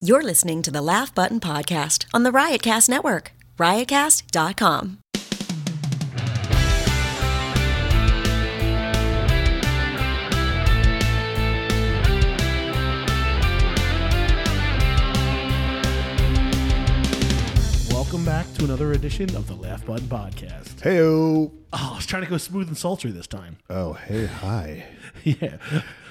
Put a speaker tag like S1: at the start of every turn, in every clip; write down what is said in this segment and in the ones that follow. S1: You're listening to the Laugh Button Podcast on the Riotcast Network, riotcast.com.
S2: Welcome back to another edition of the Laugh Button Podcast.
S3: Hey oh.
S2: Oh, I was trying to go smooth and sultry this time.
S3: Oh, hey, hi.
S2: yeah.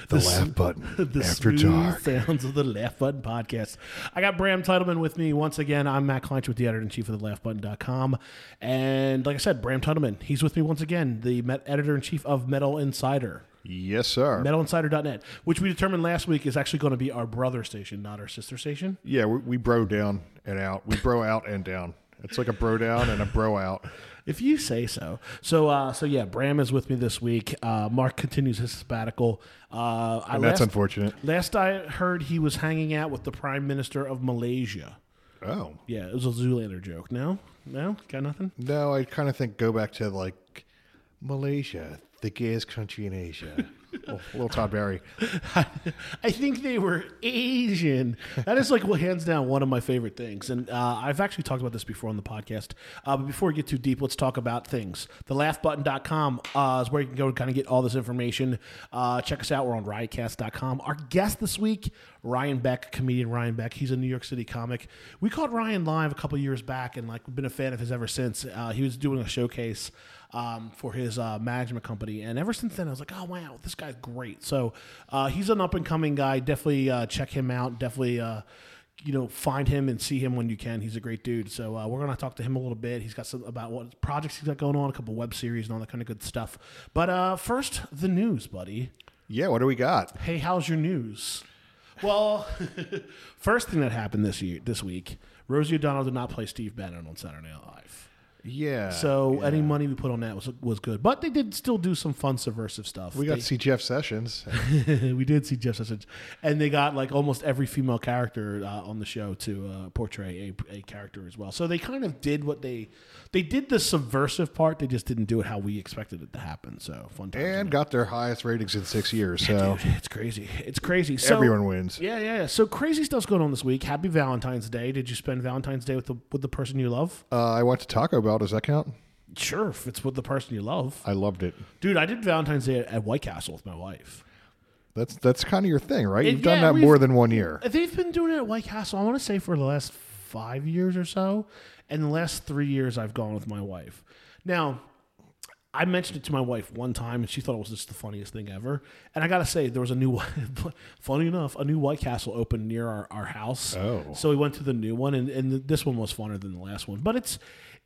S3: The
S2: s-
S3: laugh button
S2: the
S3: after
S2: smooth
S3: dark.
S2: sounds of the Laugh Button Podcast. I got Bram Titleman with me once again. I'm Matt Kleinsch with the editor in chief of the laughbutton.com. And like I said, Bram Titleman, he's with me once again, the met- editor in chief of Metal Insider.
S3: Yes, sir.
S2: MetalInsider.net, which we determined last week is actually going to be our brother station, not our sister station.
S3: yeah, we, we bro down and out. We bro out and down. It's like a bro down and a bro out.
S2: If you say so. So, uh, so yeah, Bram is with me this week. Uh, Mark continues his sabbatical. Uh, I
S3: And that's
S2: last-
S3: unfortunate.
S2: Last I heard, he was hanging out with the Prime Minister of Malaysia.
S3: Oh.
S2: Yeah, it was a Zoolander joke. No, no, got nothing.
S3: No, I kind of think go back to like Malaysia, the gayest country in Asia. oh, little Todd Barry.
S2: I think they were Asian. That is like, well, hands down, one of my favorite things. And uh, I've actually talked about this before on the podcast. Uh, but before we get too deep, let's talk about things. TheLaughButton.com uh, is where you can go to kind of get all this information. Uh, check us out. We're on Riotcast.com. Our guest this week, Ryan Beck, comedian Ryan Beck. He's a New York City comic. We caught Ryan live a couple years back and like been a fan of his ever since. Uh, he was doing a showcase um, for his uh, management company. And ever since then, I was like, oh, wow, this guy's great. So uh, he's an up and coming guy. Definitely uh, check him out. Definitely. Uh, you know, find him and see him when you can. He's a great dude. So uh, we're gonna talk to him a little bit. He's got some about what projects he's got going on, a couple web series and all that kind of good stuff. But uh, first, the news, buddy.
S3: Yeah, what do we got?
S2: Hey, how's your news? Well, first thing that happened this year, this week, Rosie O'Donnell did not play Steve Bannon on Saturday Night Live.
S3: Yeah.
S2: So any money we put on that was was good, but they did still do some fun subversive stuff.
S3: we got to see Jeff Sessions.
S2: They- we did see Jeff Sessions, and they got like almost every female character uh, on the show to uh, portray a, a character as well. So they kind of did what they they did the subversive part. They just didn't do it how we expected it to happen. So fun times.
S3: And got their highest ratings in six years. So
S2: Dude, it's crazy. It's crazy. So,
S3: Everyone wins.
S2: Yeah, yeah. yeah. So crazy stuff's going on this week. Happy Valentine's Day. Did you spend Valentine's Day with the with the person you love?
S3: uh, I went to Taco Bell. Does that count?
S2: Sure, if it's with the person you love.
S3: I loved it.
S2: Dude, I did Valentine's Day at, at White Castle with my wife.
S3: That's that's kind of your thing, right?
S2: It-
S3: You've done
S2: yeah,
S3: that
S2: we've-
S3: more than one year.
S2: They've been doing it at White Castle, I want to say, for the last five years or so. And the last three years, I've gone with my wife. Now, I mentioned it to my wife one time, and she thought it was just the funniest thing ever. And I gotta say, there was a new, funny enough, a new White Castle opened near our, our house.
S3: Oh.
S2: so we went to the new one, and, and th- this one was funner than the last one. But it's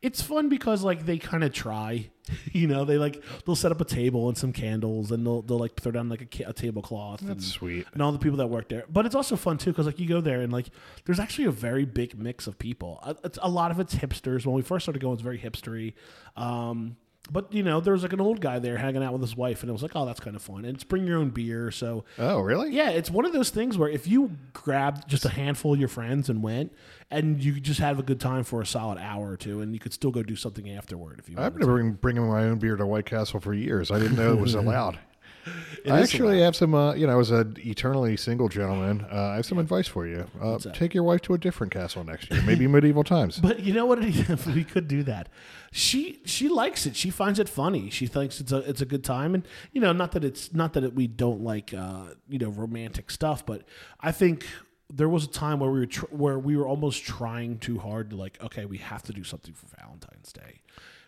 S2: it's fun because like they kind of try, you know, they like they'll set up a table and some candles, and they'll they'll like throw down like a, ca- a tablecloth. and-
S3: That's sweet.
S2: and all the people that work there. But it's also fun too because like you go there and like there's actually a very big mix of people. A, it's, a lot of it's hipsters. When we first started going, it's very hipstery. Um, but you know, there was like an old guy there hanging out with his wife, and it was like, oh, that's kind of fun. And it's bring your own beer. So
S3: Oh, really?
S2: yeah, it's one of those things where if you grabbed just a handful of your friends and went, and you could just have a good time for a solid hour or two, and you could still go do something afterward if you.
S3: I've
S2: wanted
S3: been bringing, bringing my own beer to White Castle for years. I didn't know it was allowed. I
S2: is
S3: actually have some, uh, you know, as an eternally single gentleman, uh, I have some advice for you. Uh, take your wife to a different castle next year, maybe medieval times.
S2: But you know what? It is? we could do that. She she likes it. She finds it funny. She thinks it's a it's a good time. And you know, not that it's not that it, we don't like uh, you know romantic stuff, but I think there was a time where we were tr- where we were almost trying too hard to like, okay, we have to do something for Valentine's Day.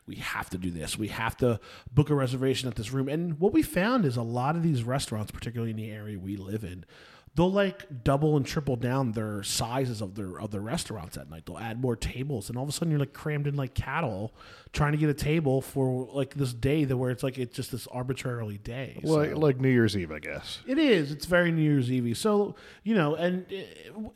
S2: We have to do this. We have to book a reservation at this room. And what we found is a lot of these restaurants, particularly in the area we live in, they'll like double and triple down their sizes of their of their restaurants at night. They'll add more tables, and all of a sudden you're like crammed in like cattle trying to get a table for like this day that where it's like it's just this arbitrarily day. So-
S3: like, like New Year's Eve, I guess.
S2: it is. It's very New Year's Eve. So you know, and i-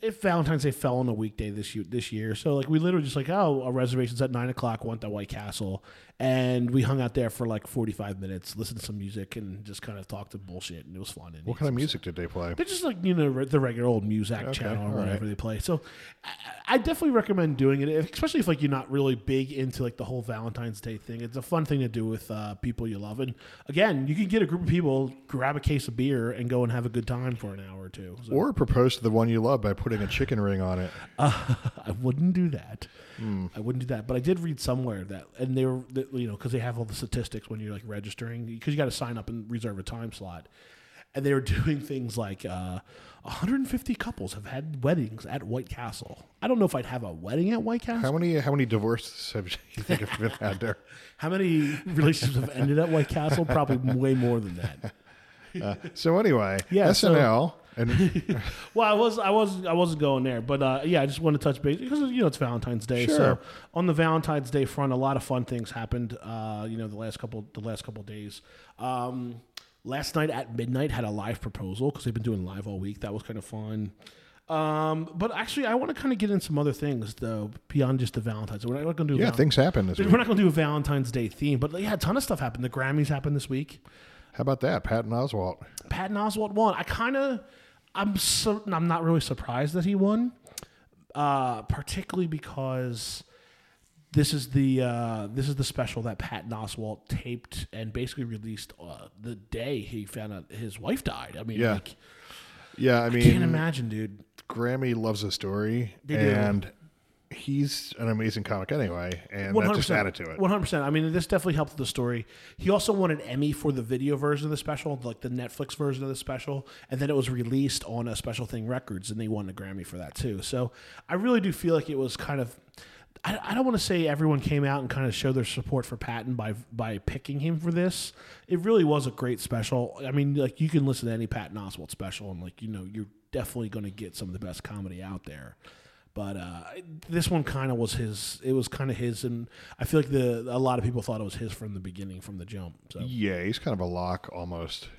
S2: if Valentine's Day fell on a weekday this year, this year, so like we literally just like, oh, our reservations at nine o'clock. Want that White Castle, and we hung out there for like 45 minutes, listened to some music, and just kind of talked to bullshit, and it was fun. And
S3: What kind of music did they play?
S2: They're just like you know re- the regular old Muzak channel or
S3: all
S2: whatever they play. So I, I definitely recommend doing it, if- especially if like you're not really big into like the whole Valentine's Day thing. It's a fun thing to do with uh, people you love, and again, you can get a group of people, grab a case of beer, and go and have a good time for an hour or two. So
S3: Or propose to the one you love by putting a chicken ring on it.
S2: I wouldn't do that. I wouldn't do that. But I did read somewhere that, and they were, that, you know, because they have all the statistics when you're like registering, because you got to sign up and reserve a time slot. And they were doing things like uh, 150 couples have had weddings at White Castle. I don't know if I'd have a wedding at White Castle.
S3: How many how many divorces have you think have been out there?
S2: How many relationships have ended at White Castle? Probably way more than that.
S3: So anyway,
S2: Yeah, so-
S3: SNL and
S2: Well, I was, I was, I wasn't going there, but uh, yeah, I just want to touch base because you know it's Valentine's Day. So
S3: Sure.
S2: on the Valentine's Day front, a lot of fun things happened. Uh, you know, the last couple, the last couple days. Um, last night at midnight had a live proposal because they've been doing live all week. That was kind of fun. Um, but actually, I want to kind of get in some other things though beyond just the Valentine's. We're not going to do
S3: yeah,
S2: Val-
S3: things happen this week.
S2: We're not going to do a Valentine's Day theme, but yeah, a ton of stuff happened. The Grammys happened this week.
S3: How about that, Patton Oswalt?
S2: Patton Oswald won. I kind of, I'm so, I'm not really surprised that he won, uh, particularly because this is the uh, this is the special that Patton Oswalt taped and basically released uh, the day he found out his wife died. I mean,
S3: Yeah.
S2: like,
S3: Yeah, I mean,
S2: can't imagine, dude.
S3: Grammy loves a story,
S2: They do.
S3: and he's an amazing comic anyway, and that just added to it.
S2: One hundred percent. I mean, this definitely helped the story. He also won an Emmy for the video version of the special, like the Netflix version of the special, and then it was released on a Special Thing Records, and they won a Grammy for that too. So I really do feel like it was kind of. I, I don't want to say everyone came out and kind of showed their support for Patton by by picking him for this. It really was a great special. I mean, like you can listen to any Patton Oswalt special, and like you know, you're definitely going to get some of the best comedy out there but uh, this one kind of was his. It was kind of his, and I feel like the a lot of people thought it was his from the beginning, from the jump. So
S3: Yeah, he's kind of a lock almost.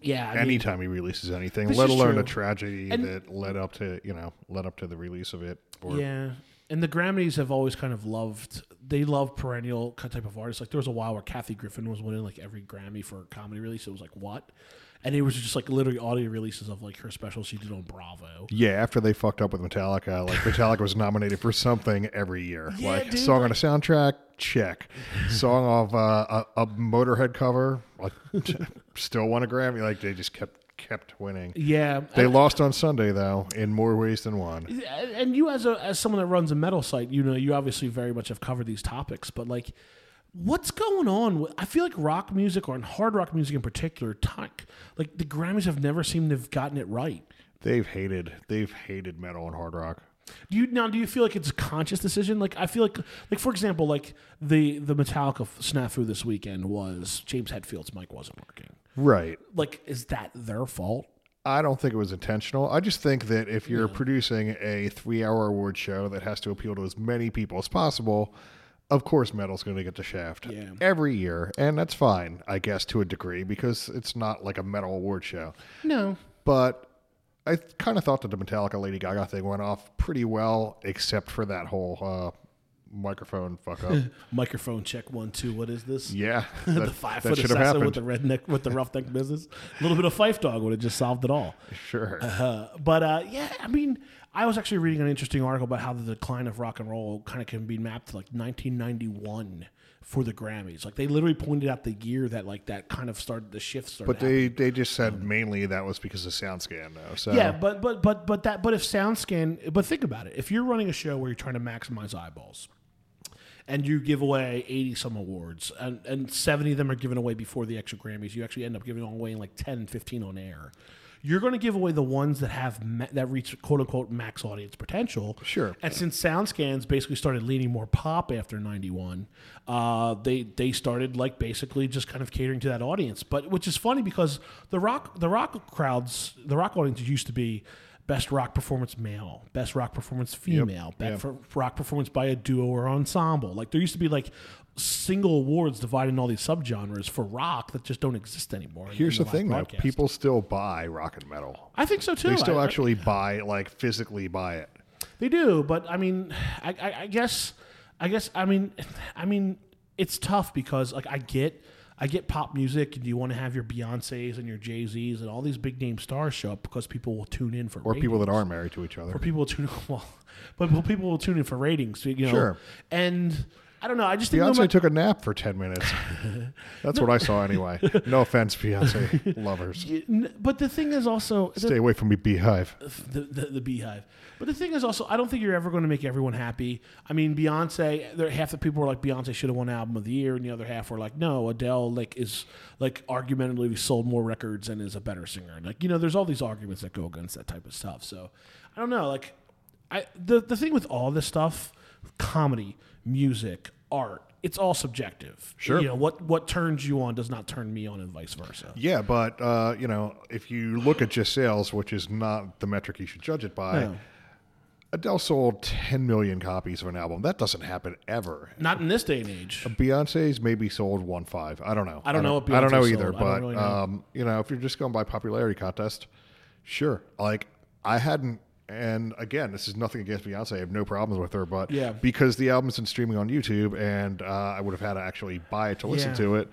S2: yeah, I mean,
S3: Anytime he releases anything,
S2: This
S3: let
S2: is
S3: alone
S2: true.
S3: a tragedy
S2: And-
S3: that led up to you know led up to the release of it. Or,
S2: yeah. And the Grammys have always kind of loved. They love perennial kind of type of artists. Like there was a while where Kathy Griffin was winning like every Grammy for a comedy release. It was like what, and it was just like literally audio releases of like her specials she did on Bravo.
S3: Yeah, after they fucked up with Metallica, like Metallica was nominated for something every year,
S2: Yeah,
S3: like
S2: dude,
S3: song on a soundtrack, check, song off uh, a, a Motorhead cover, like still won a Grammy. Like they just kept kept winning.
S2: Yeah,
S3: They lost on Sunday though, in more ways than one.
S2: and you as a as someone that runs a metal site, you know, you obviously very much have covered these topics, but like what's going on? with- I feel like rock music or in hard rock music in particular, talk, like the Grammys have never seemed to have gotten it right.
S3: They've hated, they've hated metal and hard rock.
S2: Do you now do you feel like it's a conscious decision? Like I feel like like for example, like the the Metallica f- snafu this weekend was James Hetfield's mic wasn't working.
S3: Right.
S2: Like is that their fault?
S3: I don't think it was intentional. I just think that if you're producing a three-hour award show that has to appeal to as many people as possible, of course metal's going to get the shaft
S2: Yeah.
S3: every year, and that's fine, I guess, to a degree because it's not like a metal award show.
S2: No.
S3: But I kind of thought that the Metallica Lady Gaga thing went off pretty well, except for that whole uh, microphone fuck up.
S2: Microphone check one two. What is this?
S3: yeah, that,
S2: the
S3: that
S2: five foot
S3: should have
S2: assassin with
S3: happened.
S2: the redneck with the roughneck business. A little bit of Fife Dog would have just solved it all.
S3: sure.
S2: Uh, but uh, yeah, I mean, I was actually reading an interesting article about how the decline of rock and roll kind of can be mapped to like 1991 for the Grammys. Like they literally pointed out the year that like that kind of started the shift started.
S3: but they, they just said mainly that was because of SoundScan though. So
S2: Uh. Yeah, but but but but that but if SoundScan, but think about it. If you're running a show where you're trying to maximize eyeballs, and you give away eighty some awards, and and seventy of them are given away before the extra Grammys, you actually end up giving away like 10, 15 on air. You're going to give away the ones that have ma- that reach quote unquote max audience potential.
S3: Sure.
S2: And since SoundScans basically started leaning more pop after '91, uh, they they started like basically just kind of catering to that audience. But which is funny because the rock the rock crowds the rock audience used to be best rock performance male, best rock performance female, best rock performance by a duo or ensemble. Like there used to be like single awards dividing all these subgenres for rock that just don't exist anymore. in- in
S3: Here's the
S2: live
S3: thing, though.
S2: broadcast.
S3: People still buy rock and metal.
S2: I think so too.
S3: They still
S2: I- I-
S3: actually buy, like, physically buy it.
S2: They do, but I mean, I, I, I guess, I guess, I mean, I mean, it's tough because like I get I get pop music and you want to have your Beyonces and your Jay Z's and all these big name stars show up because people will tune in for
S3: or people that aren't married to each other.
S2: or people will tune well, but but people will tune in for ratings. You know,
S3: Sure.
S2: and. I don't know. I just think no
S3: Beyonce
S2: ma-
S3: took a nap for 10 minutes. That's what I saw anyway. No offense, Beyonce lovers.
S2: N- But the thing is also the,
S3: Stay away from me, beehive.
S2: the, the, the beehive. But the thing is also, I don't think you're ever going to make everyone happy. I mean, Beyonce. There, half the people were like, Beyonce should have won Album of the Year, and the other half were like, no, Adele like is like argumentatively sold more records and is a better singer. And, Like you know, there's all these arguments that go against that type of stuff. So I don't know. Like I the the thing with all this stuff, comedy, music, art. It's all subjective.
S3: Sure.
S2: You know, what what turns you on does not turn me on and vice versa.
S3: Yeah, but, uh, you know, if you look at just sales, which is not the metric you should judge it by,
S2: No.
S3: Adele sold 10 million copies of an album. That doesn't happen ever.
S2: Not in this day and age.
S3: Uh, Beyonce's maybe sold one five. I don't know.
S2: I don't know what
S3: I don't know
S2: Beyonce
S3: either.
S2: sold. I don't
S3: But
S2: really know.
S3: um, you know, if you're just going by popularity contest, sure. Like I hadn't. And again, this is nothing against Beyonce. I have no problems with her, but
S2: Yeah.
S3: because the album's been streaming on YouTube, and uh, I would have had to actually buy it to listen
S2: Yeah.
S3: to it,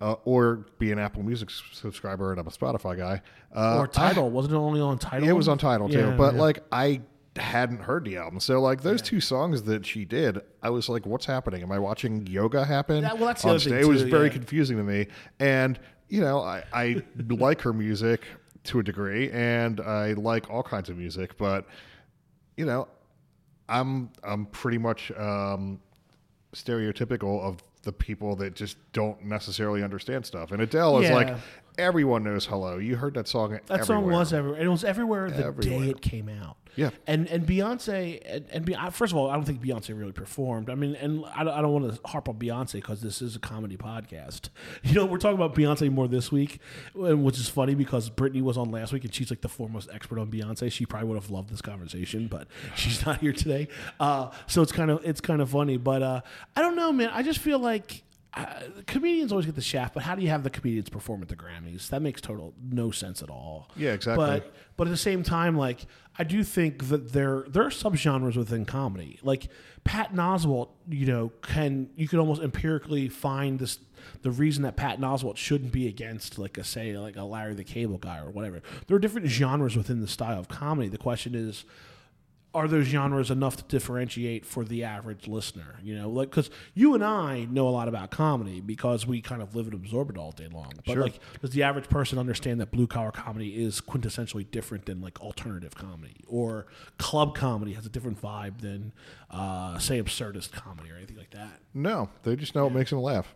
S3: uh, or be an Apple Music s- subscriber, and I'm a Spotify guy. Uh,
S2: or title wasn't it only on title
S3: It was on title too,
S2: Yeah,
S3: but
S2: yeah.
S3: like I hadn't heard the album, so like those two songs that she did, I was like, "What's happening? Am I watching yoga happen?"
S2: That- well, that's the
S3: on
S2: other thing,
S3: stage?" It was
S2: too,
S3: very
S2: yeah.
S3: confusing to me, and you know, I, I like her music to a degree, and I like all kinds of music, but you know, I'm I'm pretty much um, stereotypical of the people that just don't necessarily understand stuff, and Adele is
S2: Yeah.
S3: like. Everyone knows "Hello." You heard that song.
S2: that song was everywhere. It was everywhere the
S3: Everywhere.
S2: day it came out.
S3: Yeah.
S2: and and Beyonce and, and Be- I- first of all, I don't think Beyonce really performed. I mean, and I don't, I don't want to harp on Beyonce because this is a comedy podcast. You know, we're talking about Beyonce more this week, and- which is funny because Brittany was on last week and she's like the foremost expert on Beyonce. She probably would have loved this conversation, but she's not here today. Uh, so it's kind of it's kind of funny, but uh, I don't know, man. I just feel like. uh, comedians always get the shaft, but how do you have the comedians perform at the Grammys? That makes total no sense at all.
S3: Yeah, exactly.
S2: But but at the same time, like I do think that there there are subgenres within comedy. Like Patton Oswalt, you know, can you can almost empirically find this the reason that Patton Oswalt shouldn't be against like a say like a Larry the Cable Guy or whatever. There are different genres within the style of comedy. The question is, are those genres enough to differentiate for the average listener? You know, like because you and I know a lot about comedy because we kind of live and absorb it all day long. But like, does the average person understand that blue collar comedy is quintessentially different than like alternative comedy or club comedy has a different vibe than uh, say absurdist comedy or anything like that?
S3: No, they just know it makes them laugh.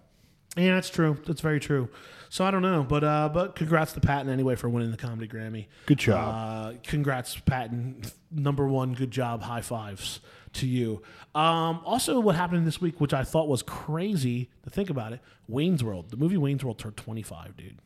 S2: Yeah, that's true. That's very true. So I don't know, but uh, but congrats to Patton anyway for winning the comedy Grammy.
S3: Good job.
S2: Uh, congrats, Patton. Number one, good job. High fives to you. Um, also, what happened this week, which I thought was crazy to think about it, Wayne's World. The movie Wayne's World turned 25, dude.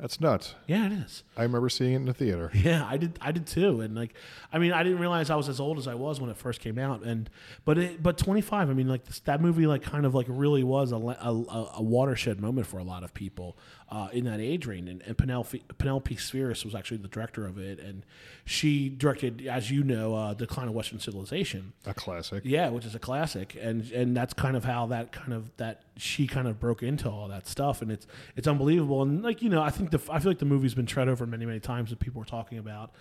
S3: That's nuts.
S2: Yeah, it is.
S3: I remember seeing it in the theater.
S2: Yeah, I did. I did too. And like, I mean, I didn't realize I was as old as I was when it first came out. And but it, but 25. I mean, like this, that movie, like kind of like really was a, le- a, a- a watershed moment for a lot of people uh, in that age range. And, and Penelope Penelope Spheris was actually the director of it, and she directed, as you know, uh, Decline of Western Civilization.
S3: A classic.
S2: Yeah, which is a classic, and and that's kind of how that kind of that she kind of broke into all that stuff, and it's it's unbelievable. And like you know, I think the I feel like the movie's been tread over many many times, and people were talking about,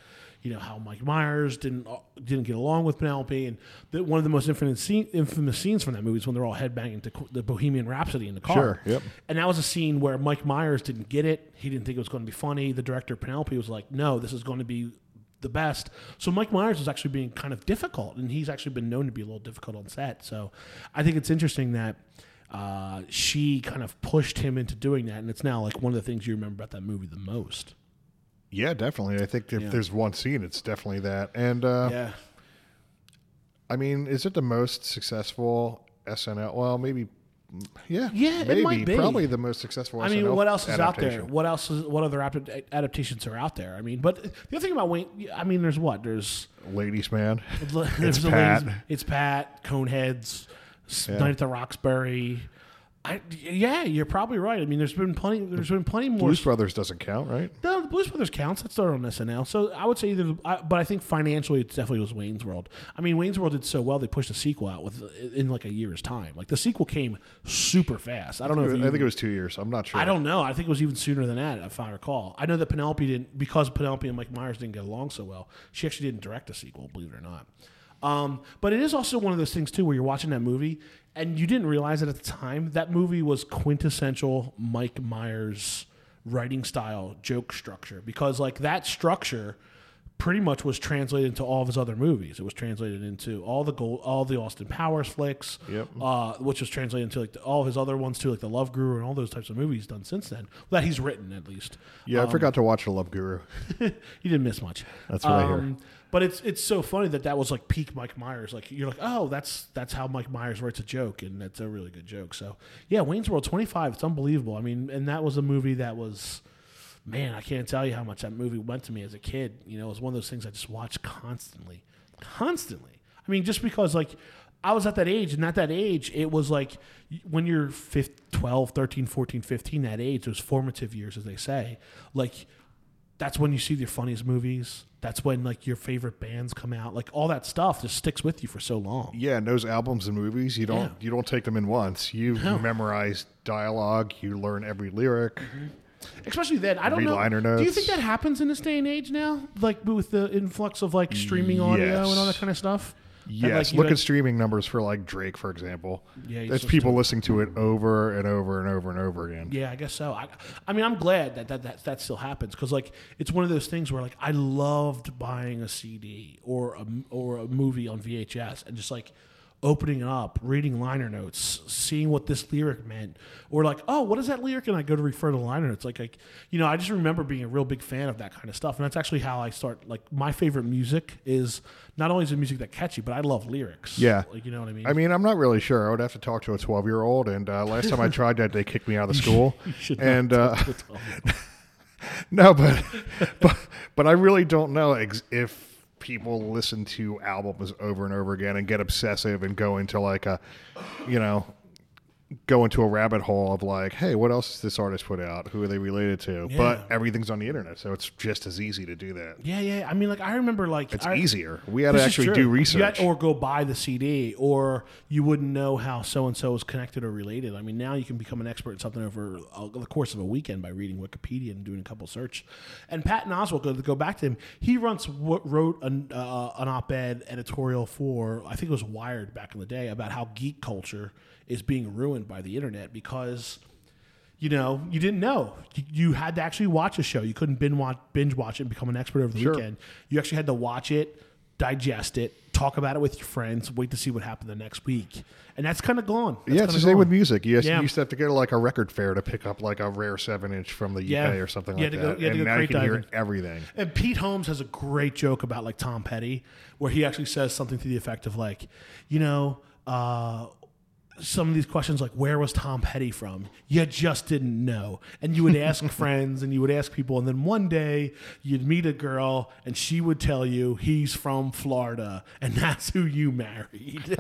S2: you know, how Mike Myers didn't uh, didn't get along with Penelope, and that one of the most infamous scene, infamous scenes from that movie is when they're all headbanging to the Bohemian Rhapsody in the car.
S3: Sure, yep.
S2: And that was a scene where Mike Myers didn't get it. He didn't think it was going to be funny. The director Penelope was like, "No, this is going to be the best." So Mike Myers was actually being kind of difficult, and he's actually been known to be a little difficult on set. So I think it's interesting that uh, she kind of pushed him into doing that, and it's now like one of the things you remember about that movie the most.
S3: Yeah, definitely. I think if there's one scene, it's definitely that. And uh,
S2: Yeah.
S3: I mean, is it the most successful SNL? Well, maybe. Yeah.
S2: Yeah, it
S3: maybe.
S2: might be.
S3: Probably the most successful.
S2: I mean,
S3: SNL
S2: what else is out there?
S3: adaptation.
S2: What else is what other adapt- adaptations are out there? I mean, but the other thing about Wayne, I mean, there's what there's
S3: Ladies' Man.
S2: it's
S3: Pat.
S2: it's Pat, Coneheads, S Night at the Roxbury. I, yeah, you're probably right. I mean, there's been plenty. There's been plenty more.
S3: Blues Brothers doesn't count, right?
S2: No, the Blues Brothers counts. That's not on SNL. So I would say either, I, but I think financially it definitely was Wayne's World. I mean, Wayne's World did so well they pushed a sequel out with in like a year's time. Like the sequel came super fast. I don't know.
S3: I
S2: If you,
S3: think it was two years. I'm not sure.
S2: I don't know. I think it was even sooner than that, if I recall. I know that Penelope didn't because Penelope and Mike Myers didn't get along so well. She actually didn't direct the sequel, believe it or not. Um, but it is also one of those things too where you're watching that movie and you didn't realize it at the time. That movie was quintessential Mike Myers writing style joke structure because like that structure pretty much was translated into all of his other movies. It was translated into all the gold, all the Austin Powers flicks,
S3: Yep.
S2: uh, which was translated into like the, all of his other ones too, like the Love Guru and all those types of movies he's done since then that he's written at least.
S3: Yeah, I forgot to watch The Love Guru.
S2: you didn't miss much. Um,
S3: That's what I hear.
S2: But it's it's so funny that that was like peak Mike Myers. Like you're like, oh, that's that's how Mike Myers writes a joke, and that's a really good joke. So yeah, Wayne's World 25. It's unbelievable. I mean, and that was a movie that was, man, I can't tell you how much that movie went to me as a kid. You know, it was one of those things I just watched constantly, constantly. I mean, just because like. I was at that age, and at that age, it was like y- when you're 15, 12, 13, 14, 15, that age, those formative years, as they say, like that's when you see your funniest movies. That's when like your favorite bands come out. Like all that stuff just sticks with you for so long.
S3: Yeah, and those albums and movies, you don't
S2: Yeah.
S3: you don't take them in once. You memorize dialogue. You learn every lyric.
S2: Mm-hmm. Especially then, I don't know.
S3: Liner
S2: Do you
S3: notes.
S2: think that happens in this day and age now? Like with the influx of like streaming audio and all that
S3: Yes.
S2: kind of stuff. And,
S3: Yes,
S2: like, you
S3: look
S2: know-
S3: at streaming numbers for like Drake, for example.
S2: Yeah, he's
S3: that's
S2: so
S3: people listening to it over and over and over and over again.
S2: Yeah, I guess so. I, I mean, I'm glad that that, that, that still happens because like it's one of those things where like I loved buying a CD or a m- or a movie on VHS and just like opening it up, reading liner notes, seeing what this lyric meant, or like, oh, what is that lyric? And I go to refer to the liner notes. Like, like you know, I just remember being a real big fan of that kind of stuff, and that's actually how I start. Like, my favorite music is not only is the music that catchy, but I love lyrics.
S3: Yeah.
S2: like, you know what I mean.
S3: I mean, I'm not really sure. I would have to talk to a 12 year old. And uh, last time I tried that, they kicked me out of the school. and uh, no, but, but but I really don't know ex- if people listen to albums over and over again and get obsessive and go into like a, you know, go into a rabbit hole of like, hey, what else has this artist put out? Who are they related to?
S2: Yeah.
S3: But everything's on the internet, so it's just as easy to do that.
S2: yeah, yeah. I mean, like I remember like
S3: It's
S2: I-
S3: easier. We had to
S2: This is
S3: actually
S2: true.
S3: do
S2: You
S3: research.
S2: had- or go buy the CD, or you wouldn't know how so and so is connected or related. I mean, now you can become an expert in something over uh, the course of a weekend by reading Wikipedia and doing a couple search. And Patton Oswalt, go, go back to him, he once wo- wrote an, uh, an op ed editorial for, I think it was Wired back in the day, about how geek culture is being ruined by the internet because you know, you didn't know. You, you had to actually watch a show. You couldn't binge watch, binge watch it and become an expert over the weekend. You actually had to watch it, digest it, talk about it with your friends, wait to see what happened the next week. And that's kind of gone. That's
S3: yeah,
S2: kinda
S3: it's the same with
S2: gone.
S3: music. You used,
S2: Yeah.
S3: you used to have to go to like a record fair to pick up like a rare seven inch from the UK
S2: Yeah.
S3: or something
S2: You
S3: like
S2: had to go-
S3: that.
S2: you had to
S3: and
S2: go
S3: now you
S2: crate
S3: can hear
S2: diving.
S3: everything.
S2: And Pete Holmes has a great joke about like Tom Petty, where he actually says something to the effect of like, you know, uh, some of these questions like, where was Tom Petty from? You just didn't know. And you would ask friends and you would ask people. And then one day you'd meet a girl and she would tell you he's from Florida and that's who you married.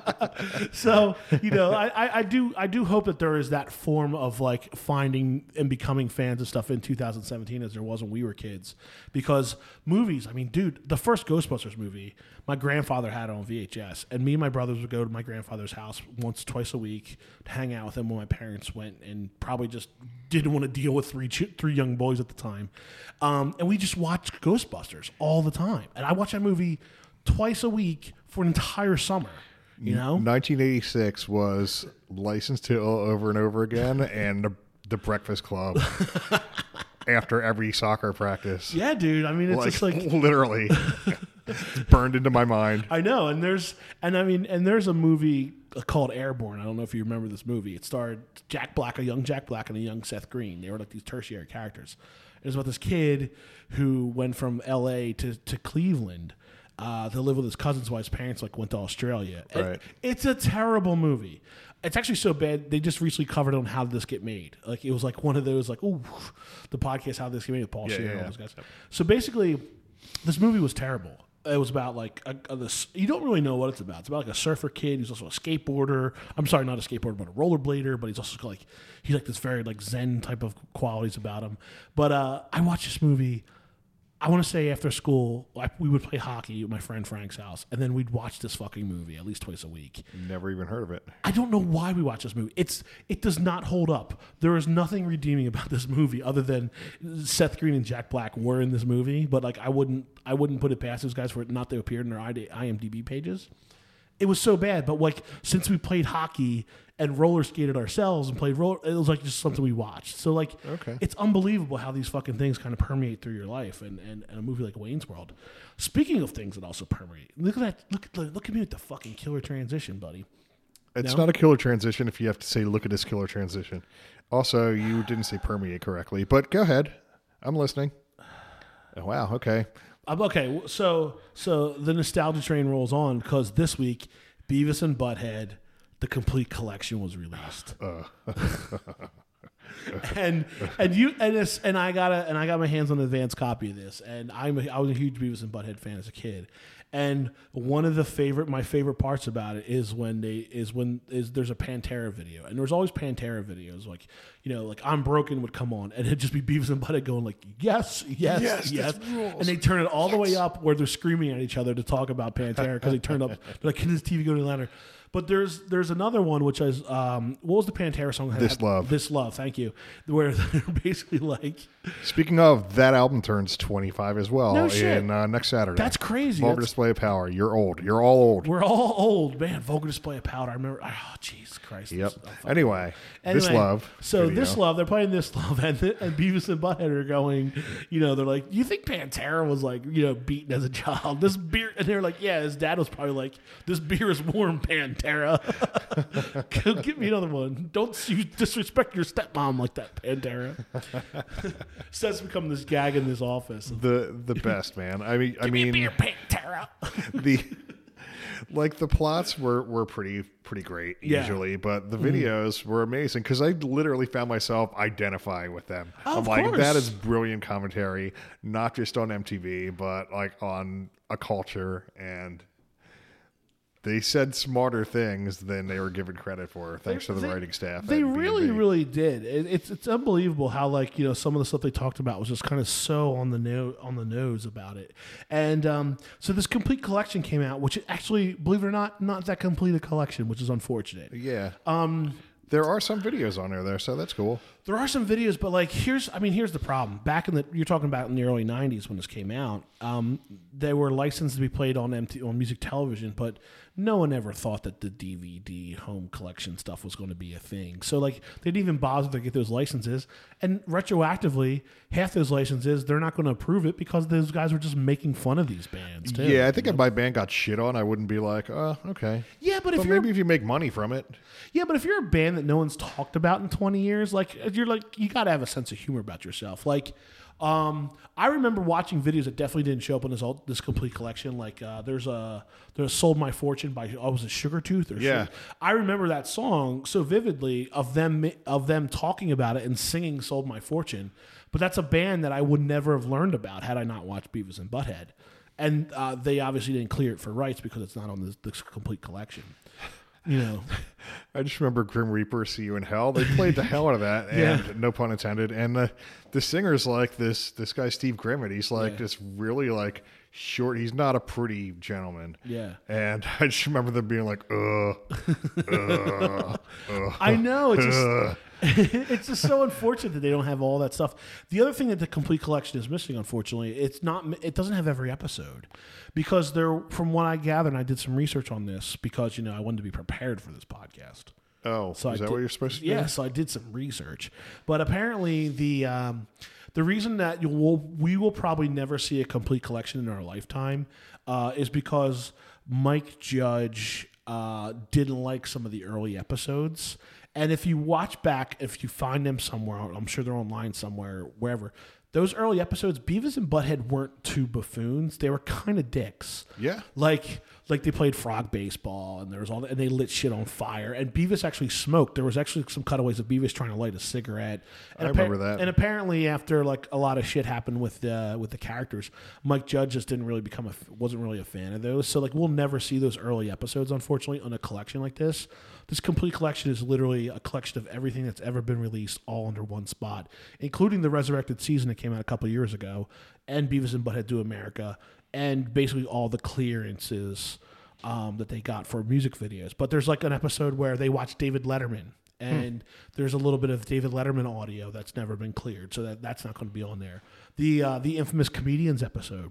S2: so you know I, I, I do i do hope that there is that form of like finding and becoming fans of stuff in 2017 as there was when we were kids because movies i mean dude the first ghostbusters movie my grandfather had it on vhs and me and my brothers would go to my grandfather's house once twice a week to hang out with him when my parents went and probably just didn't want to deal with three ch- three young boys at the time um, and we just watched ghostbusters all the time and i watched that movie twice a week for an entire summer you know
S3: 1986 was licensed to Ill over and over again, and the, the Breakfast Club after every soccer practice.
S2: Yeah, dude. I mean, it's
S3: like,
S2: just like
S3: literally It's burned into my mind.
S2: I know, and there's and I mean, and there's a movie called Airborne. I don't know if you remember this movie. It starred Jack Black, a young Jack Black, and a young Seth Green. They were like these tertiary characters. It was about this kid who went from L.A. to to Cleveland uh, to live with his cousins while his parents like went to Australia. And
S3: Right.
S2: it's a terrible movie. It's actually so bad. They just recently covered on how did this get made. Like it was like one of those like, ooh, the podcast how did this get made with Paul
S3: Yeah,
S2: Shear
S3: yeah,
S2: and all
S3: yeah.
S2: those guys. So basically, this movie was terrible. It was about like a, a- this. You don't really know what it's about. It's about like a surfer kid. He's also a skateboarder. I'm sorry, not a skateboarder, but a rollerblader. But he's also like he's like this very like Zen type of qualities about him. But uh, I watched this movie. I want to say after school, like we would play hockey at my friend Frank's house, and then we'd watch this fucking movie at least twice a week.
S3: Never even heard of it.
S2: I don't know why we watch this movie. It's it does not hold up. There is nothing redeeming about this movie other than Seth Green and Jack Black were in this movie, but like I wouldn't I wouldn't put it past those guys for it not to appear in their ID IMDb pages. It was so bad, but like since we played hockey and roller skated ourselves and played roller, it was like just something we watched. So like,
S3: Okay.
S2: it's unbelievable how these fucking things kind of permeate through your life, and, and, and a movie like Wayne's World. Speaking of things that also permeate, look at that, look at the, look at me with the fucking killer transition, buddy.
S3: It's
S2: No?
S3: not a killer transition if you have to say, look at this killer transition. Also, you didn't say permeate correctly, but go ahead. I'm listening. Oh, wow. Okay.
S2: Um, okay, w- so so the nostalgia train rolls on because this week, Beavis and Butthead, the complete collection was released, and and you and this and I got a and I got my hands on an advanced copy of this, and I'm a, I was a huge Beavis and Butthead fan as a kid, and one of the favorite my favorite parts about it is when they is when is there's a Pantera video, and there's always Pantera videos like you know like I'm broken would come on, and it'd just be Beavis and Butthead going like yes yes
S3: Yes,
S2: yes,
S3: this rules.
S2: and they turn it all the way up where they're screaming at each other to talk about Pantera because they turned up. They're like, "Can this TV go to Atlanta?" But there's there's another one which is um, what was the Pantera song? that
S3: This
S2: had-
S3: Love.
S2: This love. Thank you. Where they're basically like,
S3: Speaking of, that album turns 25 as well
S2: No shit.
S3: in uh, next Saturday.
S2: That's crazy.
S3: Vulgar
S2: That's-
S3: display of power. You're old. You're all old.
S2: "We're all old, man." Vulgar display of powder. I remember. Oh, jeez, Christ.
S3: Yep.
S2: I'm fucking-
S3: Anyway, this
S2: Anyway,
S3: love.
S2: So
S3: video.
S2: this love, they're playing this love, and, and Beavis and Butthead are going. You know, they're like, you think Pantera was like, you know, beaten as a child? This beer, and they're like, yeah, his dad was probably like, this beer is warm, Pantera. Go get me another one. Don't you disrespect your stepmom like that, Pantera. so that's become this gag in this office.
S3: the the best man. I mean, I mean,
S2: beer, Pantera.
S3: the like the plots were were pretty pretty great
S2: Yeah. Mm-hmm.
S3: usually, but the videos were amazing because I literally found myself identifying with them.
S2: Oh,
S3: I'm
S2: of
S3: like, that
S2: course.
S3: is brilliant commentary, not just on MTV, but like on a culture and. They said smarter things than they were given credit for, thanks to the
S2: they-
S3: writing staff.
S2: They
S3: at
S2: really,
S3: B&B.
S2: really did. It, it's it's unbelievable how like you know some of the stuff they talked about was just kind of so on the no on the nose about it. And um, so this complete collection came out, which actually, believe it or not, not that complete a collection, which is unfortunate.
S3: yeah. Um, there are some videos on there, though, so that's cool.
S2: There are some videos, but like here's I mean here's the problem. Back in the you're talking about in the early '90s when this came out, um, they were licensed to be played on MT, on music television, but no one ever thought that the DVD home collection stuff was going to be a thing. So like they didn't even bother to get those licenses, and retroactively, half those licenses they're not going to approve it because those guys were just making fun of these bands. Too.
S3: Yeah, I think if my band got shit on, I wouldn't be like, oh, okay.
S2: yeah, but if
S3: But
S2: you're
S3: maybe if you make money from it,
S2: Yeah, but if you're a band that no one's talked about in 20 years, like you're like you got to have a sense of humor about yourself. Like um I remember watching videos that definitely didn't show up in this all, this complete collection like uh there's a there's Sold My Fortune by oh, was it Sugartooth or
S3: Yeah.
S2: Sugar- I remember that song so vividly of them of them talking about it and singing Sold My Fortune. But that's a band that I would never have learned about had I not watched Beavis and Butthead. And uh, they obviously didn't clear it for rights because it's not on this, this complete collection. You know.
S3: I just remember Grim Reaper, See You in Hell. They played the hell out of that, and no pun intended. And the, the singer's like this this guy Steve Grimmett. He's like this really like short. He's not a pretty gentleman.
S2: Yeah.
S3: And I just remember them being like, ugh.
S2: I know. It's just, it's just so unfortunate that they don't have all that stuff. The other thing that the complete collection is missing, unfortunately, it's not. It doesn't have every episode because there, from what I gathered, and I did some research on this because you know I wanted to be prepared for this podcast.
S3: Oh,
S2: So
S3: is
S2: I
S3: that
S2: did-
S3: what you're supposed to do?
S2: Yeah, so I did some research, but apparently the um, the reason that you will we will probably never see a complete collection in our lifetime uh, is because Mike Judge uh, didn't like some of the early episodes. And if you watch back, if you find them somewhere, I'm sure they're online somewhere, wherever. Those early episodes, Beavis and Butthead weren't two buffoons; they were kind of dicks.
S3: Yeah.
S2: Like like they played frog baseball and there was all that, and they lit shit on fire. And Beavis actually smoked. There was actually some cutaways of Beavis trying to light a cigarette. And
S3: I remember that.
S2: And apparently, after like a lot of shit happened with the with the characters, Mike Judd just didn't really become a wasn't really a fan of those. So like we'll never see those early episodes, unfortunately, on a collection like this. This complete collection is literally a collection of everything that's ever been released, all under one spot, including the resurrected season that came out a couple years ago, and Beavis and Butthead Do America, and basically all the clearances um, that they got for music videos. But there's like an episode where they watch David Letterman,
S3: Hmm.
S2: and there's a little bit of David Letterman audio that's never been cleared, so that, that's not going to be on there. The uh, the infamous comedians episode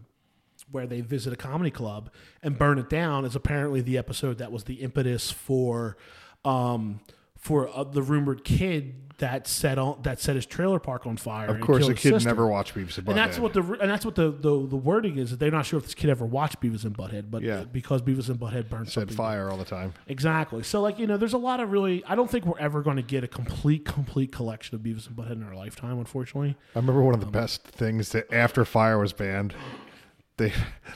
S2: where they visit a comedy club and burn it down is apparently the episode that was the impetus for um for uh, the rumored kid that set on that set his trailer park on fire.
S3: Of course, the
S2: the
S3: kid never watched Beavis and Butthead.
S2: And that's what the and that's what the, the the wording is that they're not sure if this kid ever watched Beavis and Butthead, but
S3: Yeah.
S2: because Beavis and Butthead burned
S3: said
S2: something
S3: fire all the time.
S2: Exactly. So like you know, there's a lot of really. I don't think we're ever going to get a complete complete collection of Beavis and Butthead in our lifetime, unfortunately.
S3: I remember one of the
S2: Um,
S3: best things that after Fire was banned, they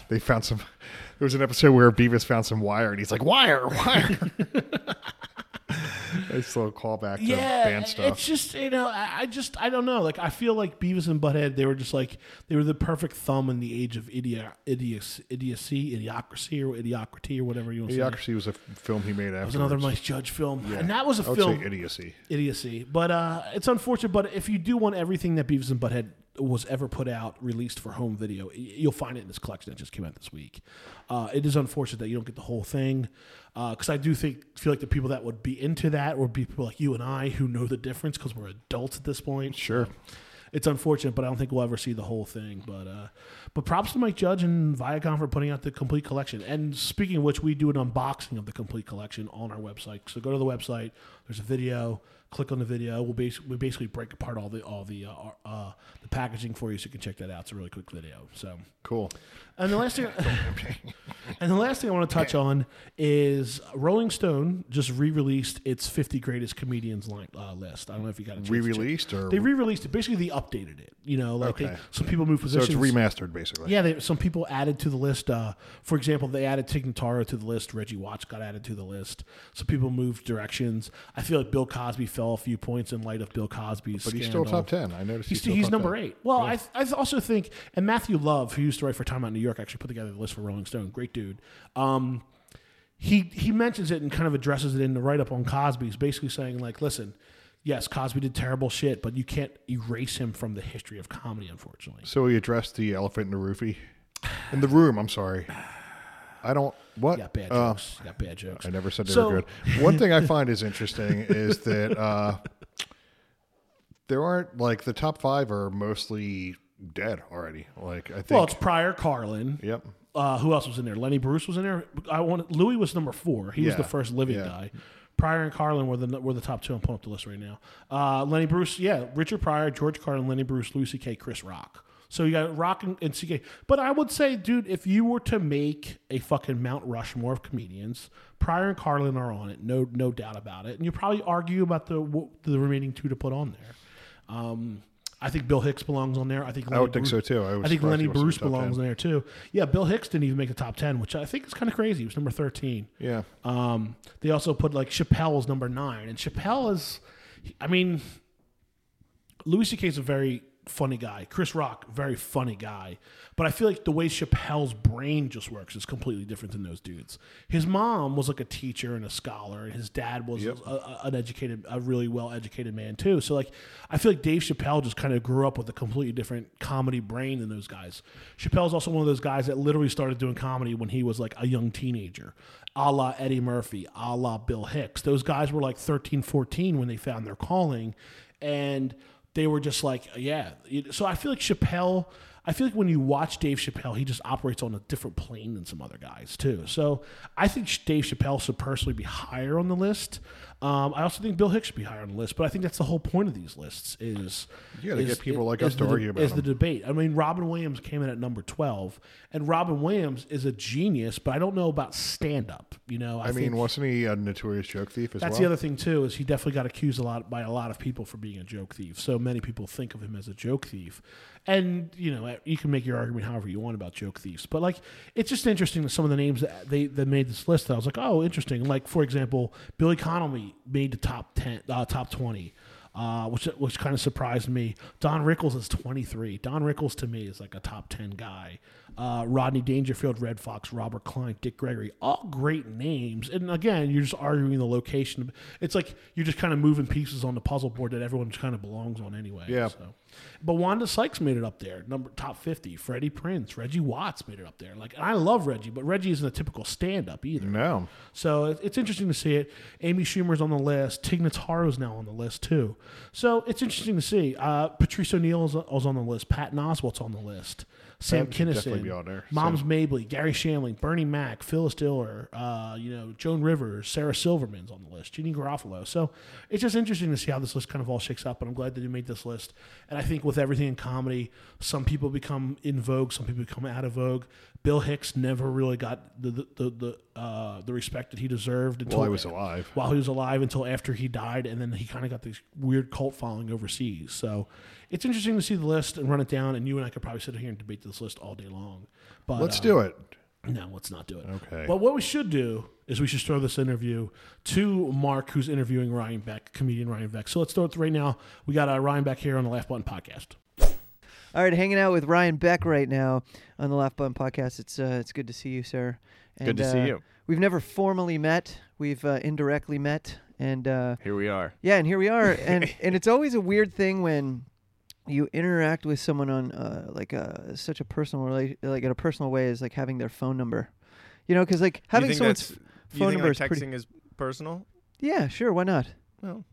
S3: they found some. There was an episode where Beavis found some wire, and he's like, "Wire, wire." Nice little callback to band stuff.
S2: It's just you know, I, I just I don't know. Like I feel like Beavis and Butthead, they were just like they were the perfect thumb in the age of idio- idios, idiocy, idiocracy, or idiocracy, or whatever you want to say.
S3: Idiocracy was a f- film he made
S2: It was
S3: after.
S2: another Mike Judge film, and that was a
S3: I would
S2: film
S3: say idiocy.
S2: idiocy. But uh, it's unfortunate. But if you do want everything that Beavis and Butthead was ever put out released for home video, y- you'll find it in this collection that just came out this week. Uh, it is unfortunate that you don't get the whole thing because I do think feel like the people that would be into that would be people like you and I who know the difference because we're adults at this point.
S3: Sure.
S2: It's unfortunate, but I don't think we'll ever see the whole thing. But uh, but props to Mike Judge and Viacom for putting out the complete collection. And speaking of which, we do an unboxing of the complete collection on our website. So go to the website. There's a video. Click on the video. We'll basically we basically break apart all the all the uh, uh, the packaging for you, so you can check that out. It's a really quick video. So
S3: Cool.
S2: and the last thing, and the last thing I want to touch on is Rolling Stone just re-released its 50 greatest comedians line, uh, list. I don't know if you got a chance to check-
S3: Re-released or-
S2: they re-released it. Basically, they updated it. You know, like they,
S3: Okay.
S2: some people moved
S3: So
S2: positions.
S3: it's remastered, basically.
S2: Yeah, they, some people added to the list. Uh, for example, they added Tignataro to the list. Reggie Watts got added to the list. Some people moved directions. I feel like Bill Cosby fell a few points in light of Bill Cosby's.
S3: But he's still
S2: scandal.
S3: top 10. I noticed
S2: he's,
S3: he's still
S2: he's
S3: top
S2: number
S3: 10.
S2: eight. Well, I, I also think, and Matthew Love, who used to write for Time Out New York, actually put together the list for Rolling Stone. Great dude. Um, he he mentions it and kind of addresses it in the write up on Cosby. He's basically saying like, listen, yes, Cosby did terrible shit, but you can't erase him from the history of comedy, unfortunately.
S3: So he addressed the elephant in the roofie. In the room, I'm sorry. I don't. What?
S2: Got bad
S3: Uh,
S2: jokes. Got bad jokes.
S3: I never said they
S2: So-
S3: were good. One thing I find is interesting is that uh, there aren't like the top five are mostly dead already. Like I think.
S2: Well, it's Pryor Carlin.
S3: yep.
S2: Uh, who else was in there? Lenny Bruce was in there. I want Louis was number four. He was
S3: Yeah,
S2: the first living
S3: yeah.
S2: guy. Pryor and Carlin were the were the top two. I'm pulling up the list right now. Uh, Lenny Bruce, yeah, Richard Pryor, George Carlin, Lenny Bruce, Louis C.K., Chris Rock. So you got Rock and, and C.K. But I would say, dude, if you were to make a fucking Mount Rushmore of comedians, Pryor and Carlin are on it, no no doubt about it. And you probably argue about the w- the remaining two to put on there. Um, I think Bill Hicks belongs on there. I think Lenny
S3: would think
S2: Bruce-
S3: so, too. I was
S2: I think
S3: surprised
S2: Lenny
S3: he wasn't in
S2: Bruce
S3: the top
S2: belongs
S3: 10.
S2: in there too. Yeah, Bill Hicks didn't even make the top ten, which I think is kind of crazy. He was number thirteen.
S3: Yeah.
S2: Um, they also put like Chappelle was number nine, and Chappelle is, I mean, Louis C.K. is a very funny guy. Chris Rock, very funny guy. But I feel like the way Chappelle's brain just works is completely different than those dudes. His mom was like a teacher and a scholar, and his dad was a, a, an educated, a really well educated man too. So like, I feel like Dave Chappelle just kind of grew up with a completely different comedy brain than those guys. Chappelle's also one of those guys that literally started doing comedy when he was like a young teenager. A la Eddie Murphy, a la Bill Hicks. Those guys were like 13, 14 when they found their calling. And they were just like, yeah. So I feel like Chappelle. I feel like when you watch Dave Chappelle, he just operates on a different plane than some other guys too. So I think Sh- Dave Chappelle should personally be higher on the list. Um, I also think Bill Hicks should be higher on the list, but I think that's the whole point of these lists is
S3: You gotta
S2: is-
S3: get people
S2: is-
S3: like
S2: is
S3: us to
S2: the de-
S3: argue about
S2: is the
S3: them.
S2: debate. I mean, Robin Williams came in at number twelve, and Robin Williams is a genius, but I don't know about stand up. You know, I,
S3: I mean,
S2: think
S3: wasn't he a notorious joke thief as
S2: that's
S3: well?
S2: the other thing too is he definitely got accused a lot by a lot of people for being a joke thief. So many people think of him as a joke thief, and you know eh, you can make your argument however you want about joke thieves. But like, it's just interesting that some of the names that they that made this list. That I was like, oh, interesting. Like for example, Billy Connolly made the top ten, uh, top twenty. Uh, which which kind of surprised me. Don Rickles is 23. Don Rickles to me is like a top 10 guy. Uh, Rodney Dangerfield, Red Fox, Robert Klein, Dick Gregory, all great names. And again, you're just arguing the location. It's like you're just kind of moving pieces on the puzzle board that everyone just kind of belongs on anyway.
S3: Yeah.
S2: So. But Wanda Sykes made it up there, number top 50. Freddie Prince, Reggie Watts made it up there. Like, and I love Reggie, but Reggie isn't a typical stand up either.
S3: No.
S2: So it- it's interesting to see it. Amy Schumer's on the list. Tig Notaro's now on the list too. So it's interesting to see. Uh, Patrice O'Neill is, is on the list. Patton Oswalt's on the list. Sam
S3: Patton should definitely
S2: Kinison,
S3: be on there.
S2: Moms Mabley, Gary Shanley, Bernie Mac, Phyllis Diller, uh, you know Joan Rivers, Sarah Silverman's on the list, Jeannie Garofalo. So it's just interesting to see how this list kind of all shakes up. And I'm glad that you made this list. And I think with everything in comedy, some people become in vogue, some people become out of vogue. Bill Hicks never really got the the the, the, uh, the respect that he deserved until
S3: he was alive.
S2: While he was alive, until after he died, and then he kind of got this weird cult following overseas. So it's interesting to see the list and run it down. And you and I could probably sit here and debate this list all day long. But
S3: Let's
S2: uh,
S3: do it.
S2: no, let's not do it.
S3: Okay.
S2: But what we should do is we should throw this interview to Mark, who's interviewing Ryan Beck, comedian Ryan Beck. So let's throw it right now. We got uh, Ryan Beck here on the Laugh Button podcast.
S4: All right, hanging out with Ryan Beck right now on the Laugh Button Podcast. It's uh, it's good to see you, sir. And,
S5: Good to see
S4: uh,
S5: you.
S4: We've never formally met. We've uh, indirectly met, and uh,
S5: Here we are.
S4: yeah, and here we are. And and it's always a weird thing when you interact with someone on uh, like a, such a personal rela- like in a personal way is like having their phone number. You know, because like having
S5: you think
S4: someone's
S5: that's-
S4: phone
S5: you think,
S4: number
S5: like,
S4: is pretty.
S5: texting is personal.
S4: Yeah, sure. Why not?
S5: Well,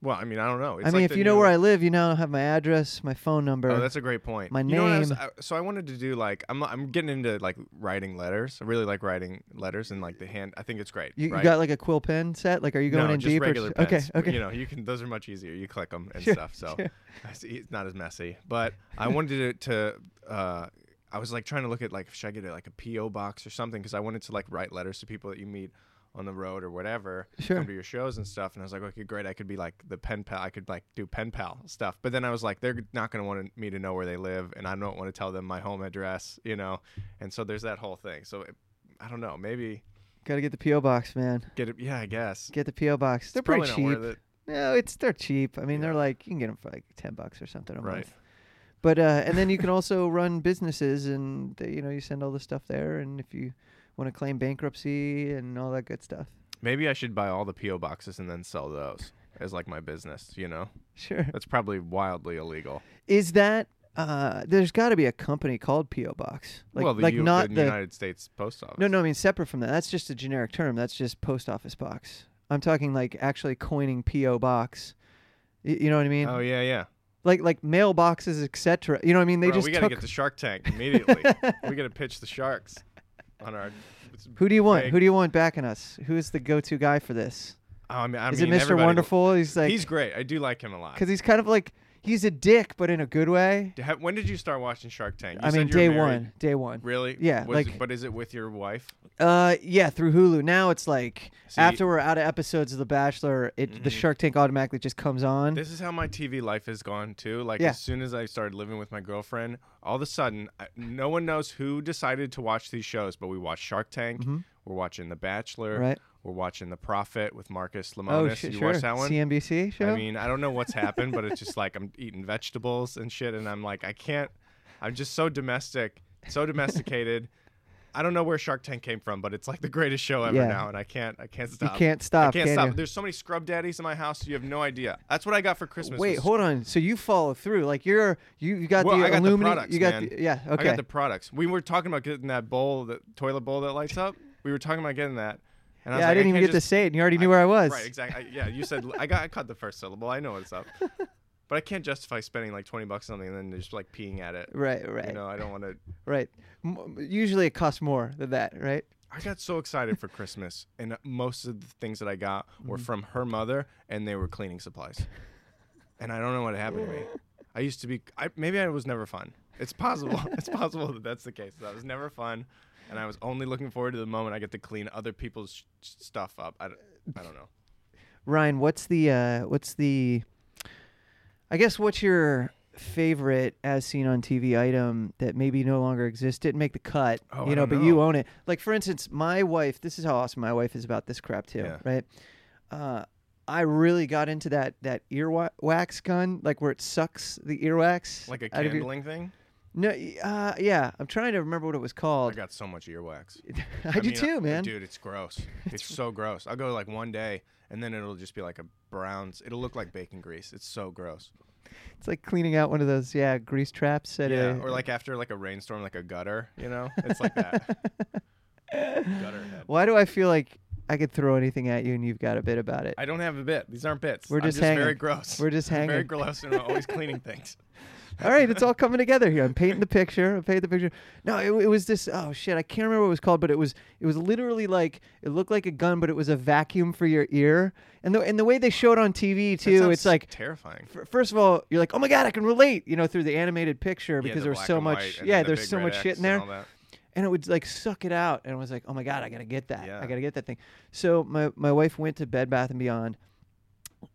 S5: well, I mean, I don't know. It's
S4: I mean,
S5: like
S4: if
S5: the
S4: you know where
S5: new-
S4: I live, you now have my address, my phone number.
S5: Oh, that's a great point.
S4: my
S5: you Know what I was,
S4: name.
S5: I- so I wanted to do like I'm I'm getting into like writing letters. I really like writing letters and like the hand. I think it's great.
S4: you,
S5: right?
S4: you got like a quill pen set? Like, are you going
S5: no,
S4: in
S5: just
S4: deep
S5: regular
S4: or s-
S5: pens.
S4: okay? Okay.
S5: You know, you can. Those are much easier. You click them and
S4: Sure,
S5: stuff. So
S4: sure.
S5: I see it's not as messy. But I wanted to. to uh, I was like trying to look at like should I get a, like a PO box or something because I wanted to like write letters to people that you meet on the road or whatever
S4: Sure.
S5: come to your shows and stuff and I was like okay great I could be like the pen pal I could like do pen pal stuff but then I was like they're not going to want me to know where they live and I don't want to tell them my home address you know and so there's that whole thing so it, I don't know maybe
S4: Got to get the PO box, man.
S5: get it yeah I guess
S4: Get the PO box. They're
S5: It's
S4: pretty
S5: probably not
S4: cheap.
S5: worth it.
S4: No, it's they're cheap. I mean, they're
S5: Yeah.
S4: like you can get them for like ten bucks or something a
S5: Right.
S4: month. But uh, and then you can also run businesses, and they, you know you send all the stuff there, and if you want to claim bankruptcy and all that good stuff.
S5: Maybe I should buy all the PO boxes and then sell those as like my business. You know,
S4: Sure.
S5: that's probably wildly illegal.
S4: Is that uh, there's got to be a company called PO box, like
S5: well, the,
S4: like
S5: U-
S4: not
S5: the,
S4: the
S5: United States Post Office.
S4: no no I mean separate from that. That's just a generic term. That's just post office box. I'm talking like actually coining PO box. Y- you know what I mean?
S5: Oh yeah, yeah.
S4: like like mailboxes, etc. You know what I mean? They
S5: Bro,
S4: just
S5: we gotta
S4: took.
S5: get the Shark Tank immediately. we gotta pitch the sharks on our.
S4: who do you want?
S5: Like-
S4: Who do you want backing us? Who is the go-to guy for this?
S5: Oh, I mean, I
S4: is
S5: mean,
S4: it Mr.
S5: everybody-
S4: Wonderful? He's like
S5: he's great. I do like him a lot.
S4: because he's kind of like he's a dick, but in a good way.
S5: Do you have- When did you start watching Shark Tank? You
S4: I
S5: said
S4: mean,
S5: you were
S4: day
S5: married.
S4: one, day one.
S5: Really?
S4: Yeah,
S5: Was it-
S4: like-
S5: but is it with your wife?
S4: Uh, yeah, through Hulu. Now it's like
S5: See- Mm-hmm.
S4: after we're out of episodes of The Bachelor, it the Shark Tank automatically just comes on.
S5: This is how my TV life has gone too. Like
S4: Yeah.
S5: as soon as I started living with my girlfriend, all of a sudden, I, no one knows who decided to watch these shows, but we watch Shark Tank. We're watching The Bachelor.
S4: Mm-hmm. Right.
S5: We're watching The Prophet with Marcus
S4: oh,
S5: Lemonis.
S4: sh-
S5: you
S4: sure.
S5: watch that one?
S4: CNBC show.
S5: I mean, I don't know what's happened, but it's just like I'm eating vegetables and shit, and I'm like, I can't. I'm just so domestic, so domesticated. I don't know where Shark Tank came from, but it's like the greatest show ever
S4: Yeah.
S5: now, and I can't, I can't stop.
S4: can't stop,
S5: I can't
S4: can
S5: stop.
S4: you?
S5: There's so many scrub daddies in my house. You have no idea. That's what I got for Christmas.
S4: Wait,
S5: was-
S4: hold on. So you follow through? Like you're you, you got
S5: Well,
S4: the
S5: I got the
S4: aluminum?
S5: products,
S4: you got
S5: man.
S4: the yeah. Okay.
S5: I got the products. We were talking about getting that bowl, the toilet bowl that lights up. We were talking about getting that. And I was
S4: yeah, I
S5: like,
S4: didn't even
S5: can't
S4: get
S5: just-
S4: to say it, and you already knew where I was.
S5: Right, exactly. I, yeah, you said I got I caught the first syllable. I know what's up. but I can't justify spending like 20 bucks on something and then just like peeing at it.
S4: Right, right,
S5: You know, I don't want to
S4: right. M- usually it costs more than that, right?
S5: I got so excited for Christmas and uh, most of the things that I got were
S4: Mm-hmm.
S5: from her mother and they were cleaning supplies. And I don't know what happened to me. I used to be I, maybe I was never fun. It's possible. it's possible that that's the case. I was never fun. and I was only looking forward to the moment I get to clean other people's sh- stuff up. I, d- I don't know.
S4: Ryan, what's the uh, what's the I guess what's your favorite as seen on TV item that maybe no longer exists, didn't make the cut,
S5: Oh, I
S4: you know,
S5: don't
S4: but you
S5: know.
S4: own it. Like for instance, my wife, this is how awesome my wife is about this crap too,
S5: Yeah.
S4: right? Uh, I really got into that that ear wa- wax gun, like where it sucks the earwax
S5: Like a
S4: out of your-
S5: candling thing?
S4: No, y- uh, yeah, I'm trying to remember what it was
S5: I
S4: called.
S5: got so much earwax.
S4: I, do
S5: mean,
S4: too,
S5: uh,
S4: man.
S5: Dude, it's gross. It's so gross. I'll go like one day and then it'll just be like a brown. It'll look like bacon grease. It's so gross.
S4: It's like cleaning out one of those, yeah, grease traps at
S5: Yeah.
S4: a
S5: Or like after like a rainstorm, like a gutter, you know? It's like that. gutter head.
S4: Why do I feel like I could throw anything at you and you've got a bit about it?
S5: I don't have a bit. These aren't bits.
S4: We're
S5: I'm
S4: just
S5: very
S4: hanging.
S5: gross.
S4: We're just
S5: I'm Very
S4: hanging.
S5: gross and I'm always cleaning things.
S4: all right, it's all coming together here. I'm painting the picture. I'm painting the picture. No, it, it was this. Oh shit, I can't remember what it was called, but it was it was literally like it looked like a gun, but it was a vacuum for your ear. And the and the way they show it on TV
S5: That
S4: too,
S5: sounds
S4: it's like.
S5: terrifying.
S4: f- First of all, you're like, oh my god, I can relate, you know, through the animated picture because
S5: the
S4: there was
S5: black
S4: so
S5: and white
S4: much,
S5: and
S4: yeah,
S5: the
S4: there's
S5: big
S4: so
S5: red
S4: much
S5: X
S4: shit in
S5: and
S4: there.
S5: all that.
S4: and it would like suck it out and i was like oh my god i gotta get that i
S5: Yeah.
S4: gotta get that thing so my, my wife went to bed bath and beyond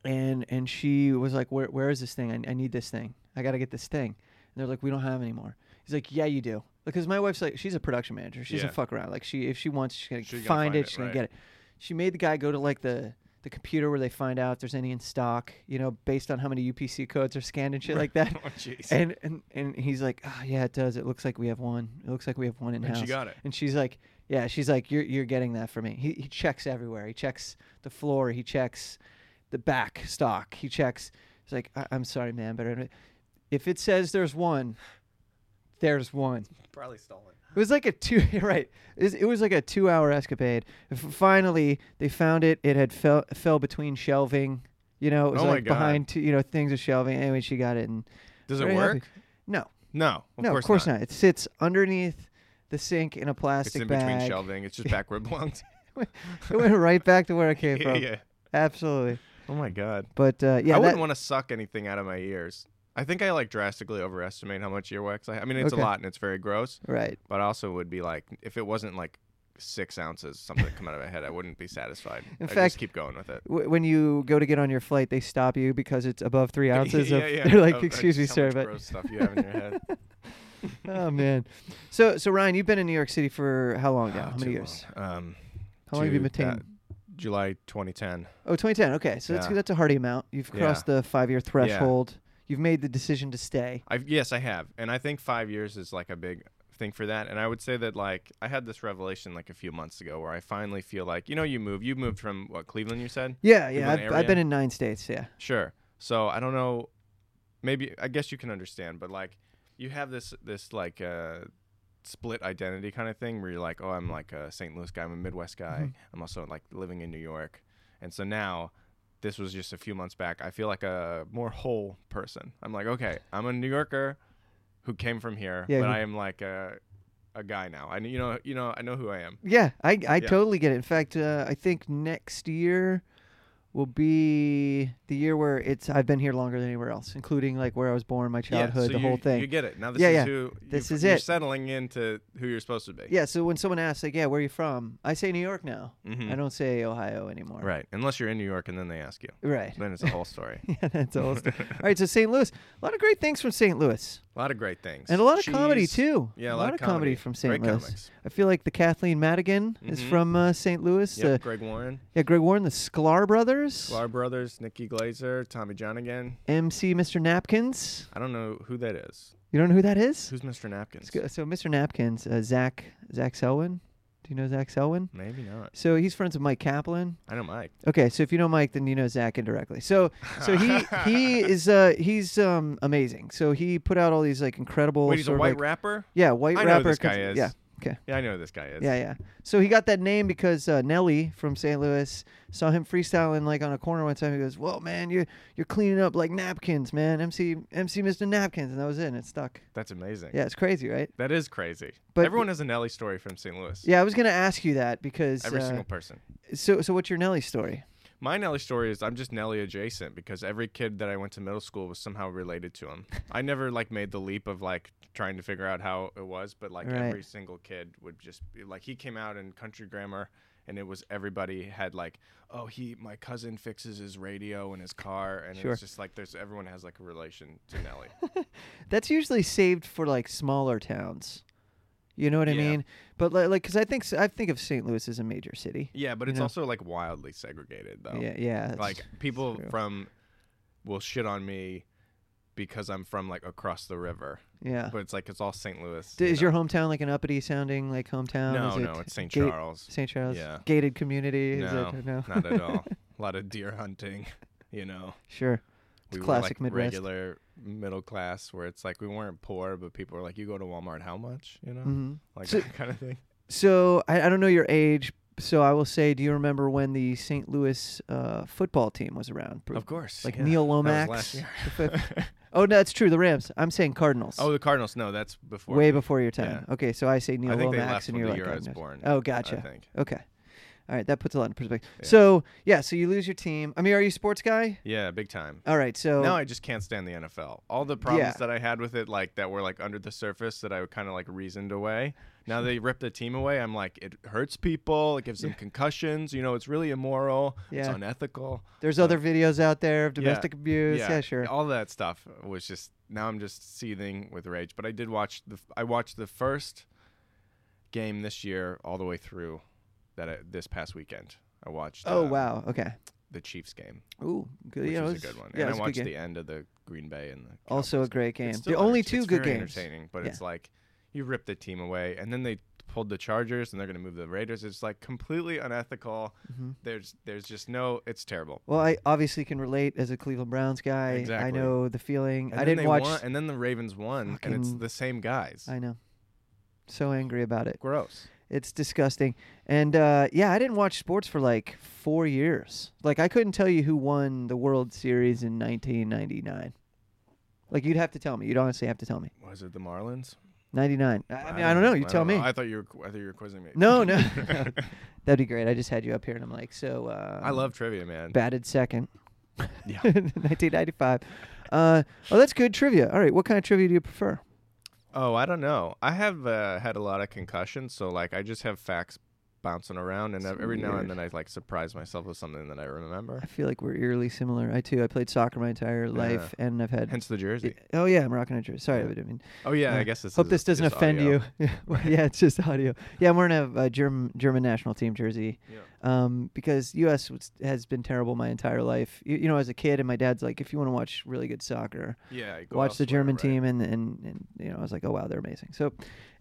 S4: and and she was like where, where is this thing I, I need this thing i gotta get this thing and they're like we don't have any more he's like yeah you do because my wife's like she's a production manager she
S5: Yeah.
S4: doesn't fuck around like she if she wants she's gonna,
S5: She's gonna
S4: find,
S5: find
S4: it,
S5: it,
S4: she's gonna
S5: right.
S4: get it she made the guy go to like the the computer where they find out if there's any in stock you know based on how many upc codes are scanned and shit like that
S5: Oh, jeez.
S4: and and and he's like, oh, yeah, it does. It looks like we have one. It looks like we have one in house.
S5: she got it.
S4: And she's like, yeah, she's like, you're you're getting that for me. He he checks everywhere. He checks the floor. He checks the back stock. He checks. He's like, I- I'm sorry, man, but I- if it says there's one, there's one.
S5: Probably stolen.
S4: It was like a two you're right. It was- It was like a two-hour escapade. F- Finally, they found it. It had fell fell between shelving. You know, it was
S5: Oh my
S4: like
S5: God.
S4: behind two, you know things of shelving. Anyway, she got it and
S5: Does it
S4: very happy.
S5: work?
S4: No,
S5: No. Of
S4: no,
S5: course,
S4: of course not. It sits underneath the sink in a
S5: It's
S4: plastic
S5: in
S4: bag.
S5: between shelving. It's just back where it belongs.
S4: It went right back to where it came
S5: yeah,
S4: from.
S5: yeah.
S4: Absolutely.
S5: Oh my god.
S4: But uh, yeah, that,
S5: I wouldn't want to suck anything out of my ears. I think I like drastically overestimate how much earwax I have. I mean, it's
S4: Okay.
S5: a lot and it's very gross,
S4: right.
S5: but I also would be like, if it wasn't like six ounces, something that come out of my head, I wouldn't be satisfied.
S4: In
S5: I
S4: fact-
S5: just keep going with it.
S4: W- when you go to get on your flight, they stop you because it's above three ounces.
S5: yeah,
S4: of,
S5: yeah.
S4: They're like,
S5: Of- of
S4: "Excuse me,
S5: just how
S4: sir,"
S5: much
S4: but
S5: gross stuff you have in your head.
S4: oh man. So so Ryan, you've been in New York City for how long now?
S5: Oh,
S4: how
S5: too
S4: many years?
S5: long. Um,
S4: How long have you
S5: to
S4: been
S5: that-
S4: taking?
S5: July 2010.
S4: Oh, 2010. Okay, so that's
S5: Yeah.
S4: that's a hearty amount. You've
S5: Yeah.
S4: crossed the five-year threshold. You've made the decision to stay.
S5: I've yes, I have, and I think five years is like a big thing for that. And I would say that like I had this revelation like a few months ago where I finally feel like you know you move you moved from what Cleveland you said
S4: Yeah,
S5: People
S4: yeah.
S5: in
S4: I've,
S5: the
S4: I've been
S5: area?
S4: in nine states. Yeah.
S5: sure. So I don't know, maybe I guess you can understand, but like you have this this like uh, split identity kind of thing where you're like oh I'm like a St. Louis guy I'm a Midwest guy
S4: Mm-hmm.
S5: I'm also like living in New York, and so now. This was just a few months back. I feel like a more whole person. I'm like, okay, I'm a New Yorker who came from here,
S4: Yeah,
S5: but
S4: you-
S5: I am like a a guy now. I you know you know I know who I am.
S4: Yeah, I I
S5: Yeah.
S4: totally get it. In fact, uh, I think next year will be the year where it's I've been here longer than anywhere else, including like where I was born, my childhood,
S5: so
S4: the
S5: you,
S4: whole thing.
S5: You get it now. This
S4: Yeah,
S5: is
S4: yeah.
S5: who
S4: This
S5: you,
S4: is
S5: you're
S4: it.
S5: Settling into who you're supposed to be.
S4: yeah, so when someone asks like, "Yeah, where are you from?" I say New York now.
S5: Mhm.
S4: I don't say Ohio anymore.
S5: Right. Unless you're in New York and then they ask you.
S4: Right.
S5: Then it's a whole story.
S4: yeah, that's all. All right, so St. Louis, a lot of great things from St. Louis,
S5: A lot of great things.
S4: and a lot of comedy
S5: Cheese.
S4: too.
S5: Yeah,
S4: a lot, of comedy, from St.
S5: Great
S4: Louis.
S5: comics.
S4: I feel like the Kathleen Madigan is
S5: Mhm.
S4: from uh, St. Louis.
S5: Yep,
S4: Uh,
S5: Greg Warren,
S4: yeah, Greg Warren, the Sklar brothers,
S5: Lar Brothers, Nikki Glazer, Tommy John again.
S4: MC Mr. Napkins.
S5: I don't know who that is.
S4: You don't know who that is?
S5: Who's Mr. Napkins?
S4: Let's go- So Mr. Napkins, uh, Zach Zach Selwyn. Do you know Zach Selwyn?
S5: Maybe not.
S4: So he's friends with Mike Kaplan.
S5: I know Mike.
S4: Okay, so if you know Mike, then you know Zach indirectly. So so he he is uh he's um amazing. So he put out all these like incredible.
S5: Wait, he's a
S4: sort of,
S5: white
S4: like-
S5: rapper.
S4: Yeah, white
S5: I know who
S4: rapper.
S5: this guy
S4: cons-
S5: is.
S4: Yeah. Okay.
S5: Yeah, I know who this guy is.
S4: Yeah, yeah. So he got that name because uh, Nelly from St. Louis saw him freestyling like on a corner one time. He goes, "Whoa, man, you you're cleaning up like napkins, man, MC MC Mr. Napkins," and that was it. And it stuck.
S5: That's amazing.
S4: Yeah, it's crazy, right?
S5: That is crazy.
S4: But-
S5: everyone has a Nelly story from St. Louis.
S4: Yeah, I was gonna ask you that because
S5: Every
S4: uh,
S5: single person.
S4: so so what's your Nelly story?
S5: My Nelly story is I'm just Nelly adjacent because every kid that I went to middle school was somehow related to him. I never like made the leap of like trying to figure out how it was, but like
S4: Right.
S5: every single kid would just be like he came out in country grammar and it was everybody had like, oh he my cousin fixes his radio in his car and
S4: Sure.
S5: it's just like there's everyone has like a relation to Nelly.
S4: That's usually saved for like smaller towns. You know what I
S5: Yeah.
S4: mean? But li- like, because I think s- I think of St. Louis as a major city.
S5: yeah, but it's
S4: Yeah.
S5: also like wildly segregated though.
S4: Yeah, yeah. that's
S5: like people
S4: true.
S5: from will shit on me because I'm from like across the river.
S4: yeah.
S5: But it's like it's all St. Louis.
S4: D-
S5: you
S4: is
S5: know?
S4: your hometown like an uppity sounding like hometown?
S5: No,
S4: Is
S5: no,
S4: it
S5: it's St.
S4: gate-
S5: Charles.
S4: St. Charles.
S5: Yeah.
S4: Gated community. Is
S5: no,
S4: it? No.
S5: not at all. A lot of deer hunting, you know.
S4: Sure. It's classic
S5: were like
S4: Midwest.
S5: regular middle class where it's like we weren't poor, but people were like, "You go to Walmart, how much?" You know,
S4: Mhm.
S5: like
S4: So-
S5: that kind of thing.
S4: So I, I don't know your age. So I will say, do you remember when the St. Louis uh, football team was around? Pr-
S5: Of course,
S4: Like
S5: yeah.
S4: Neil
S5: That
S4: Lomax.
S5: was last year.
S4: the fifth- oh no, that's true. The Rams. I'm saying Cardinals.
S5: Oh, the Cardinals. No, that's before.
S4: way
S5: me.
S4: before your time.
S5: Yeah.
S4: Okay, so I say Neil
S5: I think they
S4: Lomax,
S5: left
S4: and
S5: when
S4: you're
S5: the
S4: like,
S5: year I
S4: oh,
S5: was
S4: no.
S5: born,
S4: oh, gotcha.
S5: I think.
S4: Okay, all right, that puts a lot in perspective.
S5: Yeah.
S4: So yeah, so you lose your team. I mean, are you a sports guy?
S5: Yeah, big time.
S4: All right, so
S5: Now I just can't stand the NFL. All the problems
S4: Yeah.
S5: that I had with it, like that were like under the surface that I kind of like reasoned away. Now they rip the team away. I'm like, it hurts people. It gives them concussions. You know, it's really immoral. It's
S4: Yeah.
S5: unethical.
S4: there's other videos out there of domestic abuse. Yeah, sure.
S5: All that stuff was just now I'm just seething with rage. But I did watch the I watched the first game this year all the way through that I, this past weekend. I watched
S4: Oh
S5: uh,
S4: wow. Okay.
S5: the Chiefs game,
S4: Ooh, good.
S5: which
S4: yeah, it
S5: was,
S4: was-
S5: a good one.
S4: Yeah, it was
S5: and I
S4: a good
S5: watched
S4: game.
S5: the end of the Green Bay and the
S4: also a
S5: Cowboys.
S4: great game.
S5: It's
S4: The
S5: still
S4: only
S5: enter-
S4: two
S5: it's
S4: good
S5: very
S4: games.
S5: entertaining, but
S4: Yeah.
S5: it's like you rip the team away, and then they pulled the Chargers, and they're going to move the Raiders. It's like completely unethical.
S4: Mm-hmm.
S5: There's there's just no. It's terrible.
S4: Well, I obviously can relate as a Cleveland Browns guy. I
S5: Exactly.
S4: know the feeling.
S5: And
S4: I
S5: then
S4: didn't
S5: they
S4: watch.
S5: won- and then the Ravens won, and it's
S4: Fucking-
S5: the same guys.
S4: I know. So angry about it.
S5: Gross.
S4: It's disgusting. And uh, yeah, I didn't watch sports for like four years. Like I couldn't tell you who won the World Series in 1999. Like you'd have to tell me. You'd honestly have to tell me.
S5: Was it the Marlins?
S4: 99. I, I mean, I don't know. You tell me.
S5: I thought you were. qu- I thought you were quizzing me.
S4: No, no. That'd be great. I just had you up here, and I'm like, so. Uh,
S5: I love trivia, man.
S4: batted second.
S5: Yeah.
S4: 1995. Uh, oh, that's good trivia. All right, what kind of trivia do you prefer?
S5: Oh, I don't know. I have uh, had a lot of concussions, so like I just have facts bouncing around, and every now
S4: weird.
S5: and then I like surprise myself with something that I remember.
S4: I feel like we're eerily similar. I too. I played soccer my entire life, and I've had.
S5: Hence the jersey.
S4: oh yeah, I'm rocking a jersey. Sorry, I mean.
S5: Oh yeah,
S4: Uh,
S5: I guess this.
S4: Hope
S5: is
S4: this doesn't
S5: just
S4: offend
S5: audio.
S4: you. Well, yeah, it's just audio. Yeah, I'm wearing a, uh German German national team jersey.
S5: Yeah.
S4: Um, because U.S. was- has been terrible my entire life. You, you know, as a kid, and my dad's like, if you want to watch really good soccer,
S5: Yeah. go
S4: watch the
S5: elsewhere,
S4: German
S5: right.
S4: team, and, and and you know, I was like, oh wow, they're amazing. So,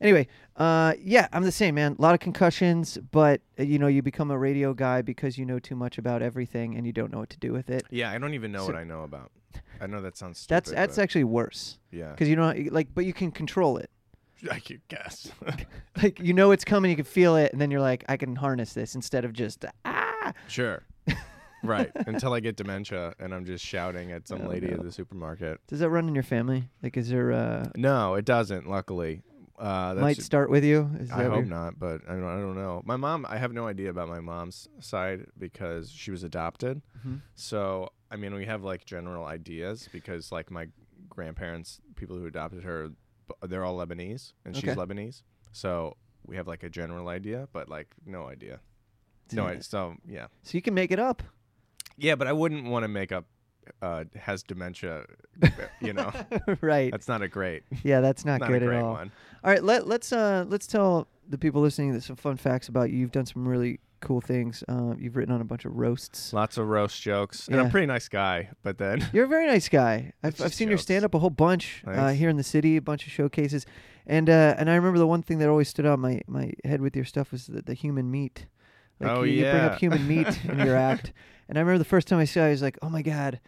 S4: anyway, uh, yeah, I'm the same man. A lot of concussions, but uh, you know, you become a radio guy because you know too much about everything and you don't know what to do with it.
S5: Yeah, I don't even know
S4: So-
S5: what I know about. I know that sounds stupid.
S4: That's that's
S5: but,
S4: actually worse
S5: yeah.
S4: because you don't like, but you can control it.
S5: I could guess.
S4: like you know it's coming, you can feel it, and then you're like, I can harness this instead of just ah.
S5: sure. right. Until I get dementia and I'm just shouting at some
S4: Oh,
S5: lady
S4: no.
S5: at the supermarket.
S4: Does that run in your family? Like, is there uh,
S5: No, it doesn't. Luckily, uh, that's,
S4: might start with you? Is
S5: I
S4: that
S5: hope
S4: your-
S5: not, but I don't, I don't know. My mom, I have no idea about my mom's side because she was adopted.
S4: Mhm.
S5: So I mean, we have like general ideas because like my grandparents, people who adopted her, b- they're all Lebanese and she's
S4: Okay.
S5: Lebanese. So we have like a general idea, but like no idea. No, I, so yeah,
S4: So you can make it up.
S5: yeah, but I wouldn't want to make up. Uh, has dementia, you know?
S4: right.
S5: That's not a great,
S4: yeah, that's not,
S5: not,
S4: good
S5: a great
S4: at all.
S5: one.
S4: All right, let let's uh let's tell the people listening that some fun facts about you. You've done some really cool things. Uh, you've written on a bunch of roasts.
S5: Lots of roast jokes, and I'm
S4: Yeah.
S5: a pretty nice guy, but then
S4: You're a very nice guy. I've,
S5: It's
S4: I've
S5: just
S4: seen your
S5: jokes.
S4: stand up a whole bunch uh,
S5: Thanks.
S4: here in the city, a bunch of showcases, and uh, and I remember the one thing that always stood out in my my head with your stuff was the, the human meat. Like
S5: Oh,
S4: you, you bring up
S5: yeah.
S4: human meat in your act, and I remember the first time I saw, it, I was like, oh my god.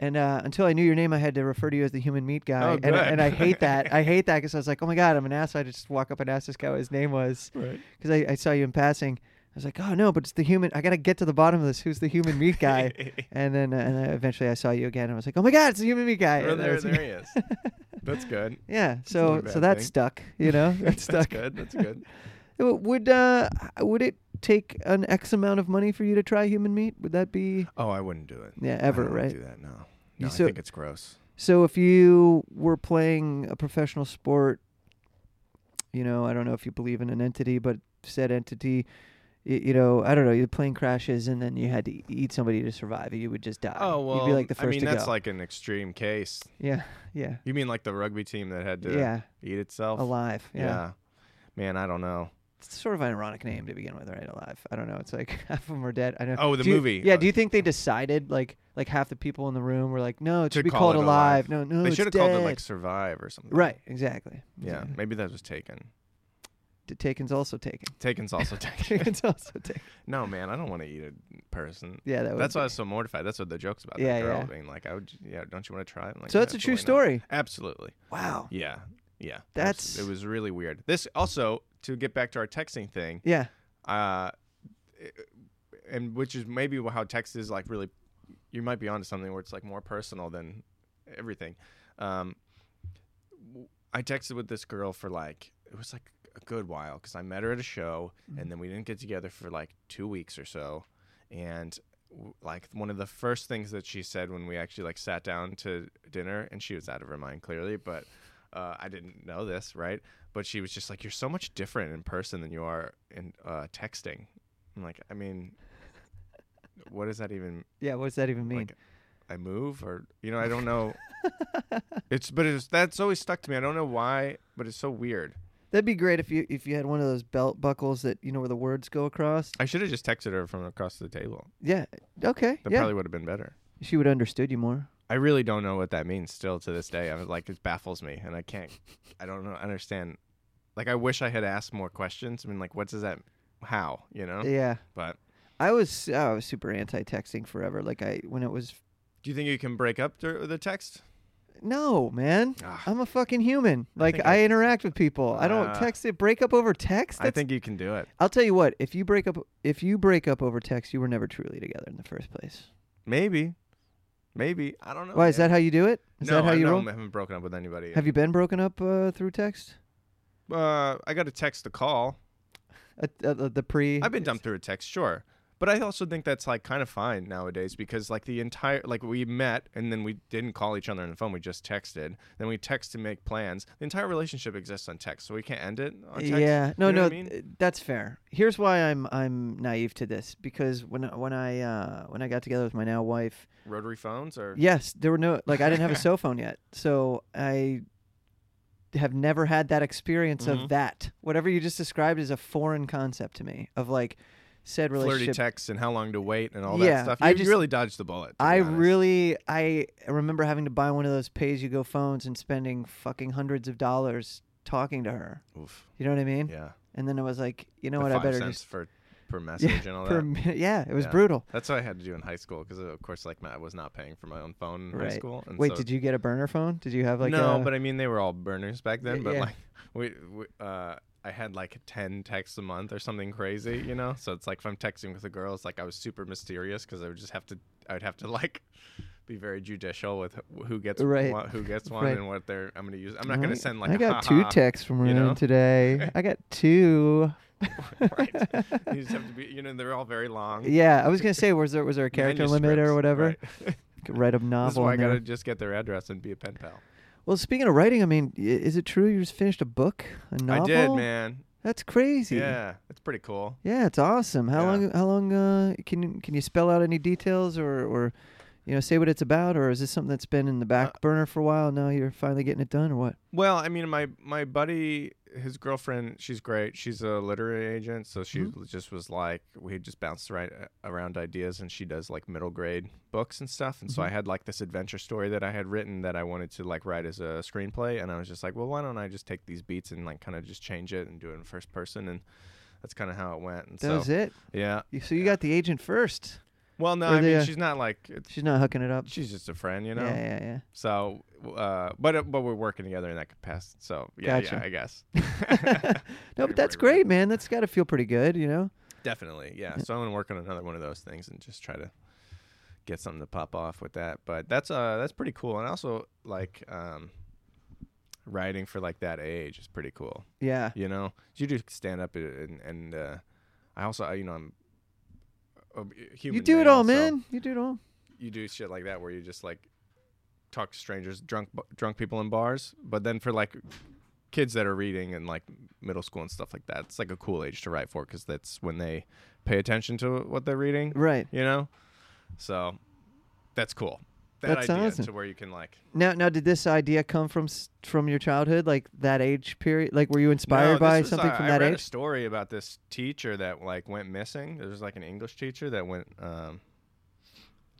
S4: And uh, until I knew your name, I had to refer to you as the human meat guy,
S5: Oh,
S4: and, and I
S5: good.
S4: hate that. I hate that because I was like, "Oh my god, I'm an ass." I just walk up and ask this guy what his name was
S5: right.
S4: because I, I saw you in passing. I was like, oh no, but it's the human. I gotta get to the bottom of this. Who's the human meat guy? and then uh, and then eventually I saw you again. I was like, oh my god, it's the human meat guy.
S5: Oh,
S4: And that
S5: there,
S4: was-
S5: there he is. That's good.
S4: yeah.
S5: not
S4: So
S5: a bad
S4: so that
S5: thing.
S4: stuck. You know, that
S5: That's
S4: stuck.
S5: good. That's good.
S4: W- Would uh would it take an X amount of money for you to try human meat? Would that be
S5: Oh, I wouldn't do it.
S4: yeah
S5: I
S4: ever
S5: don't wanna
S4: right?
S5: Do that? No.
S4: You
S5: No, I
S4: so-
S5: think it's gross.
S4: So if you were playing a professional sport, you know, I don't know if you believe in an entity, but said entity, y- you know, I don't know, your plane crashes and then you had to e-, eat somebody to survive, you would just die.
S5: Oh well,
S4: you'd be like the first
S5: I mean
S4: to
S5: that's
S4: go.
S5: like an extreme case.
S4: yeah, yeah,
S5: You mean like the rugby team that had to
S4: yeah,
S5: eat itself?
S4: alive. Yeah.
S5: Man, I don't know.
S4: it's sort of an ironic name to begin with, right? Alive. I don't know. It's like half of them are dead. I know.
S5: Oh, the
S4: Do you-
S5: movie.
S4: Yeah.
S5: Uh,
S4: Do you think they decided like like half the people in the room were like, no, it
S5: To
S4: should be
S5: call
S4: called
S5: it
S4: alive. No, no,
S5: they
S4: it's
S5: should have called it like
S4: dead.
S5: Survive or something.
S4: right. Exactly.
S5: Yeah.
S4: Exactly.
S5: Maybe that was taken.
S4: T- Taken's also taken.
S5: Taken's also taken.
S4: Taken's also taken.
S5: no, man, I don't want to eat a person.
S4: Yeah, that would
S5: That's
S4: be-
S5: why I was so mortified. That's what the joke's about.
S4: Yeah,
S5: that girl
S4: yeah.
S5: being like, I would, yeah, don't you want to try it? I'm like,
S4: So that's a true
S5: "Absolutely not."
S4: story.
S5: Absolutely.
S4: Wow.
S5: Yeah. Yeah.
S4: That's-
S5: Abs- it was really weird. This also to get back to our texting thing.
S4: Yeah.
S5: uh, and which is maybe how text is like really you might be onto something where it's like more personal than everything um, w- i texted with this girl for like it was like a good while because i met her at a show and then we didn't get together for like two weeks or so and w- like one of the first things that she said when we actually like sat down to dinner and she was out of her mind clearly but uh, i didn't know this right but she was just like you're so much different in person than you are in uh, texting i'm like i mean what does that even
S4: Yeah. What does that even mean?
S5: like I move or you know I don't know. it's but it's that's always stuck to me. I don't know why, but it's so weird.
S4: That'd be great if you if you had one of those belt buckles that you know where the words go across.
S5: I should have just texted her from across the table.
S4: Yeah. Okay.
S5: That
S4: yeah.
S5: probably would have been better.
S4: She would have understood you more.
S5: I really don't know what that means still to this day. I was like it baffles me and I can't I don't know understand. Like I wish I had asked more questions. I mean like what does that how, you know?
S4: Yeah.
S5: But
S4: I was I was super anti texting forever. Like I when it was
S5: do you think you can break up dur- the text?
S4: No, man.
S5: Ah.
S4: I'm a fucking human. Like
S5: think
S4: I,
S5: I-
S4: interact with people. I don't
S5: Ah.
S4: text it. Break up over text.
S5: I
S4: That's-
S5: think you can do it.
S4: I'll tell you what. If you break up, if you break up over text, you were never truly together in the first place.
S5: Maybe. Maybe. I don't know.
S4: Why is that how you do it? Is
S5: Oh, no,
S4: that how
S5: I
S4: you
S5: no,
S4: roll?
S5: I haven't broken up with anybody. yet.
S4: Have you been broken up uh, through text?
S5: Uh, I got a text to call.
S4: At, at, Uh, the- the pre.
S5: I've been dumped through a text, sure. But I also think that's like kind of fine nowadays because like the entire like we met and then we didn't call each other on the phone. We just texted. Then we text to make plans. The entire relationship exists on text, so we can't end it on text.
S4: Yeah, no,
S5: You know
S4: no,
S5: what I mean?
S4: th- that's fair. Here's why I'm I'm naive to this because when I- when I uh, when I got together with my now wife,
S5: Rotary phones or
S4: Yes, there were no like I didn't have a cell phone yet, so I have never had that experience of
S5: Mhm.
S4: that. Whatever you just described is a foreign concept to me of like said
S5: flirty
S4: relationship.
S5: texts and how long to wait and all
S4: Yeah,
S5: that stuff. You
S4: I just-
S5: really dodged the bullet. to be
S4: I
S5: honest.
S4: really I remember having to buy one of those pay-as-you-go phones and spending fucking hundreds of dollars talking to her.
S5: Oof.
S4: You know what I mean?
S5: Yeah.
S4: And then I was like, you know
S5: The
S4: what? I
S5: five
S4: better
S5: cents
S4: just
S5: for per message
S4: yeah,
S5: and all
S4: per
S5: that.
S4: minute- yeah, it was
S5: Yeah.
S4: brutal.
S5: That's what I had to do in high school because of course like I was not paying for my own phone in
S4: Right.
S5: high school. And
S4: Wait,
S5: so
S4: did you get a burner phone? Did you have like
S5: no,
S4: a,
S5: but I mean they were all burners back then.
S4: Y-
S5: But
S4: yeah.
S5: like we, we uh, I had like ten texts a month or something crazy, you know. So it's like if I'm texting with a girl, it's like I was super mysterious because I would just have to, I would have to like be very judicial with wh- who gets
S4: Right.
S5: one, who gets one,
S4: Right.
S5: and what they're. I'm gonna use. I'm not gonna
S4: Right.
S5: send like
S4: I
S5: a
S4: got
S5: "Ha
S4: two
S5: ha,"
S4: texts from
S5: you
S4: Ryan
S5: know?
S4: today. I got two.
S5: right. You just have to be, you know, they're all very long.
S4: Yeah, I was gonna say, was there was there a character limit or
S5: manuscripts,
S4: whatever?
S5: right.
S4: Could write a novel.
S5: This is why I
S4: in there.
S5: gotta just get their address and be a pen pal.
S4: Well, speaking of writing, I mean, i- is it true you just finished a book, a novel?
S5: I did, man.
S4: That's crazy.
S5: Yeah, it's pretty cool.
S4: Yeah, it's awesome. How
S5: Yeah.
S4: long? How long? Uh, can you- can you spell out any details or or, you know, say what it's about, or is this something that's been in the
S5: Uh,
S4: back burner for a while? and Now you're finally getting it done, or what?
S5: Well, I mean, my my buddy, his girlfriend, she's great. She's a literary agent, so she just was like, we just bounced right uh, around ideas, and she does like middle grade books and stuff. And so I had like this adventure story that I had written that I wanted to like write as a screenplay, and I was just like, well, why don't I just take these beats and like kind of just change it and do it in first person, and that's kind of how it went. And
S4: That
S5: so
S4: was it.
S5: yeah.
S4: You- So you got the agent first.
S5: Well, no,
S4: Or
S5: I mean,
S4: the, uh,
S5: she's not like it's,
S4: She's not hooking it up.
S5: she's just a friend, you know.
S4: Yeah, yeah, yeah.
S5: So, uh, but but we're working together in that capacity. So yeah,
S4: Gotcha.
S5: yeah, I guess.
S4: no,
S5: Pretty
S4: but that's
S5: right, right.
S4: great, man. That's got to feel pretty good, you know.
S5: Definitely, yeah. So I'm gonna work on another one of those things and just try to get something to pop off with that. But that's uh that's pretty cool, and also like um, writing for like that age is pretty cool.
S4: Yeah.
S5: You know, you do stand up and and uh, I also you know I'm a human.
S4: You do it
S5: now,
S4: all,
S5: so
S4: man. You do it all.
S5: You do shit like that where you just like talk to strangers, drunk drunk people in bars. But then for like kids that are reading and like middle school and stuff like that, it's like a cool age to write for because that's when they pay attention to what they're reading.
S4: Right.
S5: You know, so that's cool. That
S4: That's
S5: idea
S4: awesome.
S5: to where you can like
S4: Now, now, did this idea come from s- from your childhood, like that age period? Like, were you inspired
S5: No,
S4: by
S5: this was- uh,
S4: something
S5: I-
S4: from
S5: I
S4: that
S5: read a
S4: age?
S5: story about this teacher that like went missing. There was like an English teacher that went um,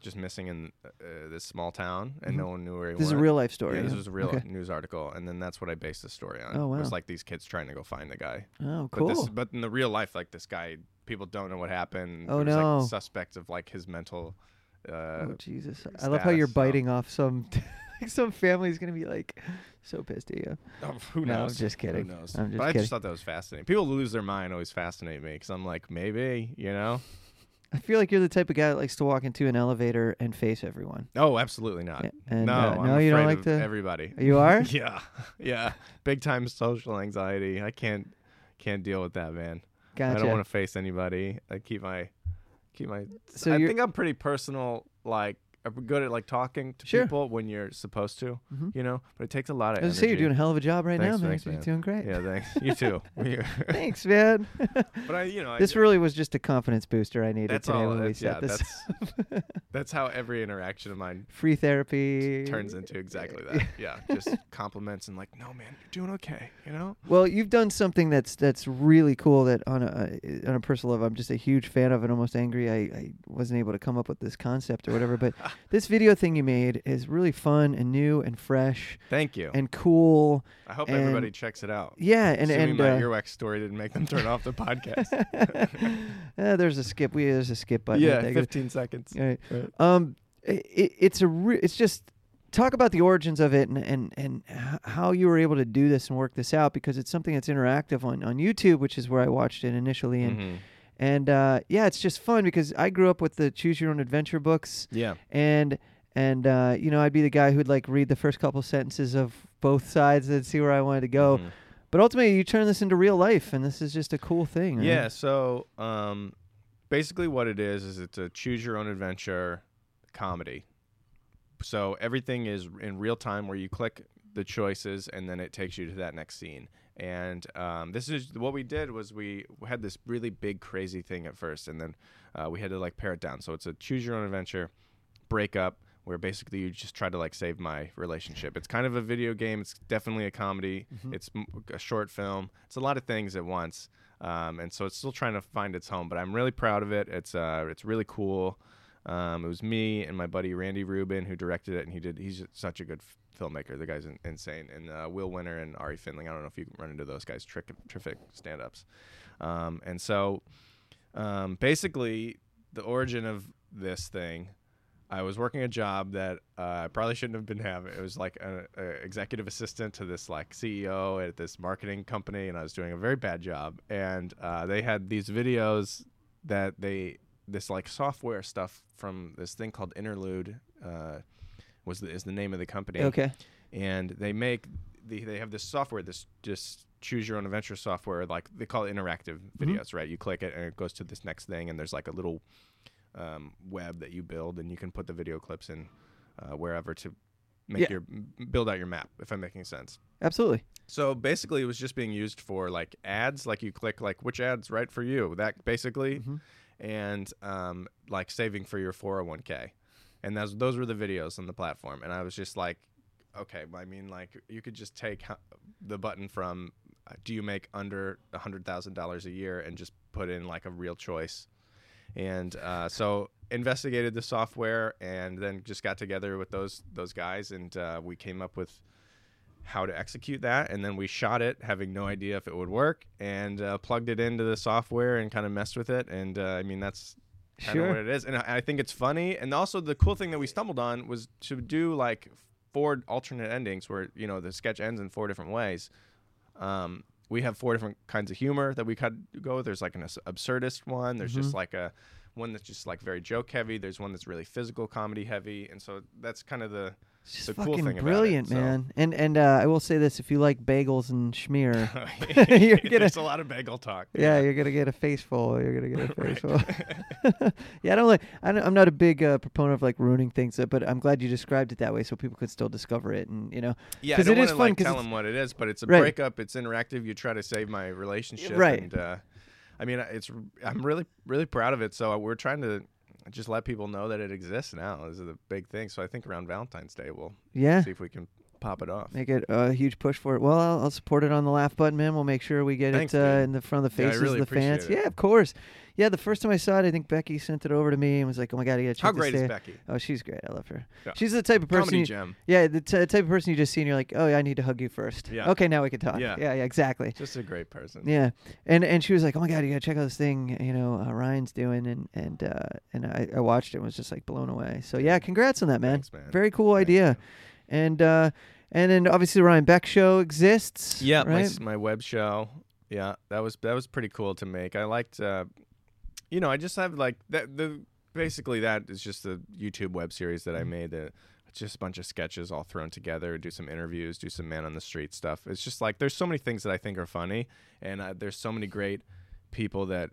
S5: just missing in uh, this small town, and no one knew where he
S4: Mm-hmm. This is
S5: went.
S4: a real life story.
S5: Yeah, this
S4: huh?
S5: was a real
S4: Okay.
S5: news article, and then that's what I based the story on.
S4: Oh,
S5: It was
S4: wow.
S5: like these kids trying to go find the guy.
S4: Oh,
S5: But, this,
S4: cool.
S5: but in the real life, like this guy, people don't know what happened.
S4: Oh,
S5: There was, like,
S4: no.
S5: suspects of like his mental. Uh,
S4: oh, Jesus! I love how you're
S5: status, so-
S4: biting off some. like some family's gonna be like, so pissed at you.
S5: who
S4: No, I'm
S5: knows?
S4: just kidding.
S5: Who knows?
S4: I'm just
S5: but I
S4: kidding.
S5: just thought that was fascinating. People who lose their mind always fascinate me because I'm like, maybe, you know.
S4: I feel like you're the type of guy that likes to walk into an elevator and face everyone.
S5: No, absolutely not.
S4: Yeah, and,
S5: no,
S4: uh,
S5: I'm
S4: no, you don't
S5: afraid
S4: like
S5: of
S4: to-
S5: everybody.
S4: You are?
S5: yeah, yeah. Big time social anxiety. I can't can't deal with that, man.
S4: Gotcha.
S5: I don't want to face anybody. I keep my keep my.
S4: So
S5: I
S4: you're-
S5: think I'm pretty personal. Like I'm good at like talking to
S4: Sure.
S5: people when you're supposed to, you know. But it takes a lot of.
S4: mm-hmm. I was gonna say you're doing a
S5: energy.
S4: hell of a job right
S5: Thanks,
S4: now, man.
S5: thanks,
S4: you're
S5: man.
S4: doing great.
S5: Yeah, thanks. You too. but
S4: Thanks, man.
S5: I, you know, I-
S4: this really was just a confidence booster I needed
S5: that's
S4: today
S5: all.
S4: when we
S5: it- yeah,
S4: set this.
S5: that's that's how every interaction of mine
S4: Free therapy
S5: turns into exactly that. Yeah, just compliments and like, no, man, you're doing okay. You know.
S4: Well, you've done something that's that's really cool. That on a uh, on a personal level, I'm just a huge fan of, and almost angry I, I wasn't able to come up with this concept or whatever. But this video thing you made is really fun and new and fresh
S5: Thank you.
S4: and cool.
S5: I hope
S4: and-
S5: everybody checks it out.
S4: Yeah, and
S5: Assuming
S4: and
S5: my
S4: uh,
S5: earwax story didn't make them turn off the podcast.
S4: uh, there's a skip. We there's a skip button.
S5: yeah,
S4: There you go.
S5: 15 seconds.
S4: All right. Um, it, it's a re- it's just talk about the origins of it and and and h- how you were able to do this and work this out because it's something that's interactive on on YouTube, which is where I watched it initially
S5: Mm-hmm.
S4: and. And uh, yeah, it's just fun because I grew up with the choose your own adventure books,
S5: Yeah.
S4: and and uh, you know I'd be the guy who'd like read the first couple sentences of both sides and see where I wanted to go.
S5: Mm-hmm.
S4: But ultimately, you turn this into real life, and this is just a cool thing. right?
S5: Yeah. So um, basically, what it is is it's a choose your own adventure comedy. So everything is in real time where you click the choices and then it takes you to that next scene. And um, this is what we did was we had this really big crazy thing at first, and then uh, we had to like pare it down. So it's a choose your own adventure breakup where basically you just try to like save my relationship. It's kind of a video game. It's definitely a comedy. It's m- a short film. It's a lot of things at once. Um, and so it's still trying to find its home, but I'm really proud of it. It's uh, it's really cool. Um, it was me and my buddy Randy Rubin who directed it, and he did. He's such a good f- filmmaker. The guy's in- insane. And uh, Will Winter and Ari Finley. I don't know if you run into those guys. Trick, terrific stand-ups. Um, and so um, basically the origin of this thing i was working a job that uh, i probably shouldn't have been having it was like an executive assistant to this like ceo at this marketing company and i was doing a very bad job and uh, they had these videos that they this like software stuff from this thing called interlude uh, was the, is the name of the company
S4: Okay.
S5: and they make the, they have this software this just choose your own adventure software like they call it interactive videos right you click it and it goes to this next thing and there's like a little um, web that you build and you can put the video clips in uh, wherever to make
S4: Yeah.
S5: your m- build out your map if i'm making sense
S4: Absolutely.
S5: so basically, it was just being used for like ads. Like you click like which ads right for you. That basically, and um, like saving for your four hundred one k, and those those were the videos on the platform. And I was just like, okay, I mean, like you could just take ho- the button from uh, do you make under a hundred thousand dollars a year and just put in like a real choice and uh, so investigated the software and then just got together with those those guys and uh, we came up with how to execute that and then we shot it having no idea if it would work and uh, plugged it into the software and kind of messed with it and uh, i mean that's kind of
S4: Sure.
S5: what it is and I, I think it's funny and also the cool thing that we stumbled on was to do like four alternate endings where you know the sketch ends in four different ways um, we have four different kinds of humor that we could go. There's like an abs- absurdist one. There's just like a one that's just like very joke heavy. There's one that's really physical comedy heavy, and so that's kind of the
S4: It's just
S5: the cool
S4: fucking
S5: thing about it,
S4: brilliant,
S5: so-
S4: man. And and uh, I will say this: if you like bagels and schmear, you're gonna
S5: There's a lot of bagel talk.
S4: yeah, you're gonna get a face full. You're gonna get a face full. yeah, I don't like. I don't, I'm not a big uh, proponent of like ruining things, uh, but I'm glad you described it that way so people could still discover it, and you know,
S5: Yeah, I
S4: because
S5: don't
S4: it
S5: want
S4: is
S5: to
S4: fun.
S5: like
S4: 'cause
S5: tell
S4: it's-
S5: them what it is, but it's a
S4: Right.
S5: breakup. It's interactive. You try to save my relationship,
S4: Right.
S5: And uh, I mean, it's I'm really really proud of it. So we're trying to just let people know that it exists now. This is the big thing. So I think around Valentine's Day we'll
S4: yeah,
S5: see if we can pop it off.
S4: make it a huge push for it. Well, I'll, I'll support it on the laugh button, man. We'll make sure we get
S5: Thanks,
S4: it uh,
S5: dude.
S4: in the front of the
S5: Yeah, I
S4: faces
S5: really
S4: of the fans.
S5: appreciate it.
S4: Yeah, of course. Yeah, the first time I saw it, I think Becky sent it over to me and was like, "Oh my god, I gotta check
S5: How
S4: this
S5: great is
S4: out."
S5: Becky?
S4: Oh, she's great. I love her.
S5: Yeah.
S4: She's the type of person.
S5: Comedy
S4: you-
S5: gem.
S4: Yeah, the t- type of person you just see and you're like, "Oh, yeah, I need to hug you first.
S5: Yeah.
S4: Okay, now we can talk.
S5: Yeah.
S4: yeah, yeah exactly.
S5: Just a great person.
S4: Yeah, and and she was like, "Oh my god, you gotta check out this thing, you know, uh, Ryan's doing," and and uh, and I, I watched it and was just like blown away. So yeah, congrats on that, man.
S5: Thanks, man.
S4: Very cool idea, and uh, and then obviously the Ryan Beck show exists.
S5: Yeah, my
S4: right.
S5: s my web show. Yeah, that was that was pretty cool to make. I liked, uh, you know, I just have like that. The basically that is just the YouTube web series that I made. That it's just a bunch of sketches all thrown together. Do some interviews. Do some man on the street stuff. It's just like there's so many things that I think are funny, and uh, there's so many great people that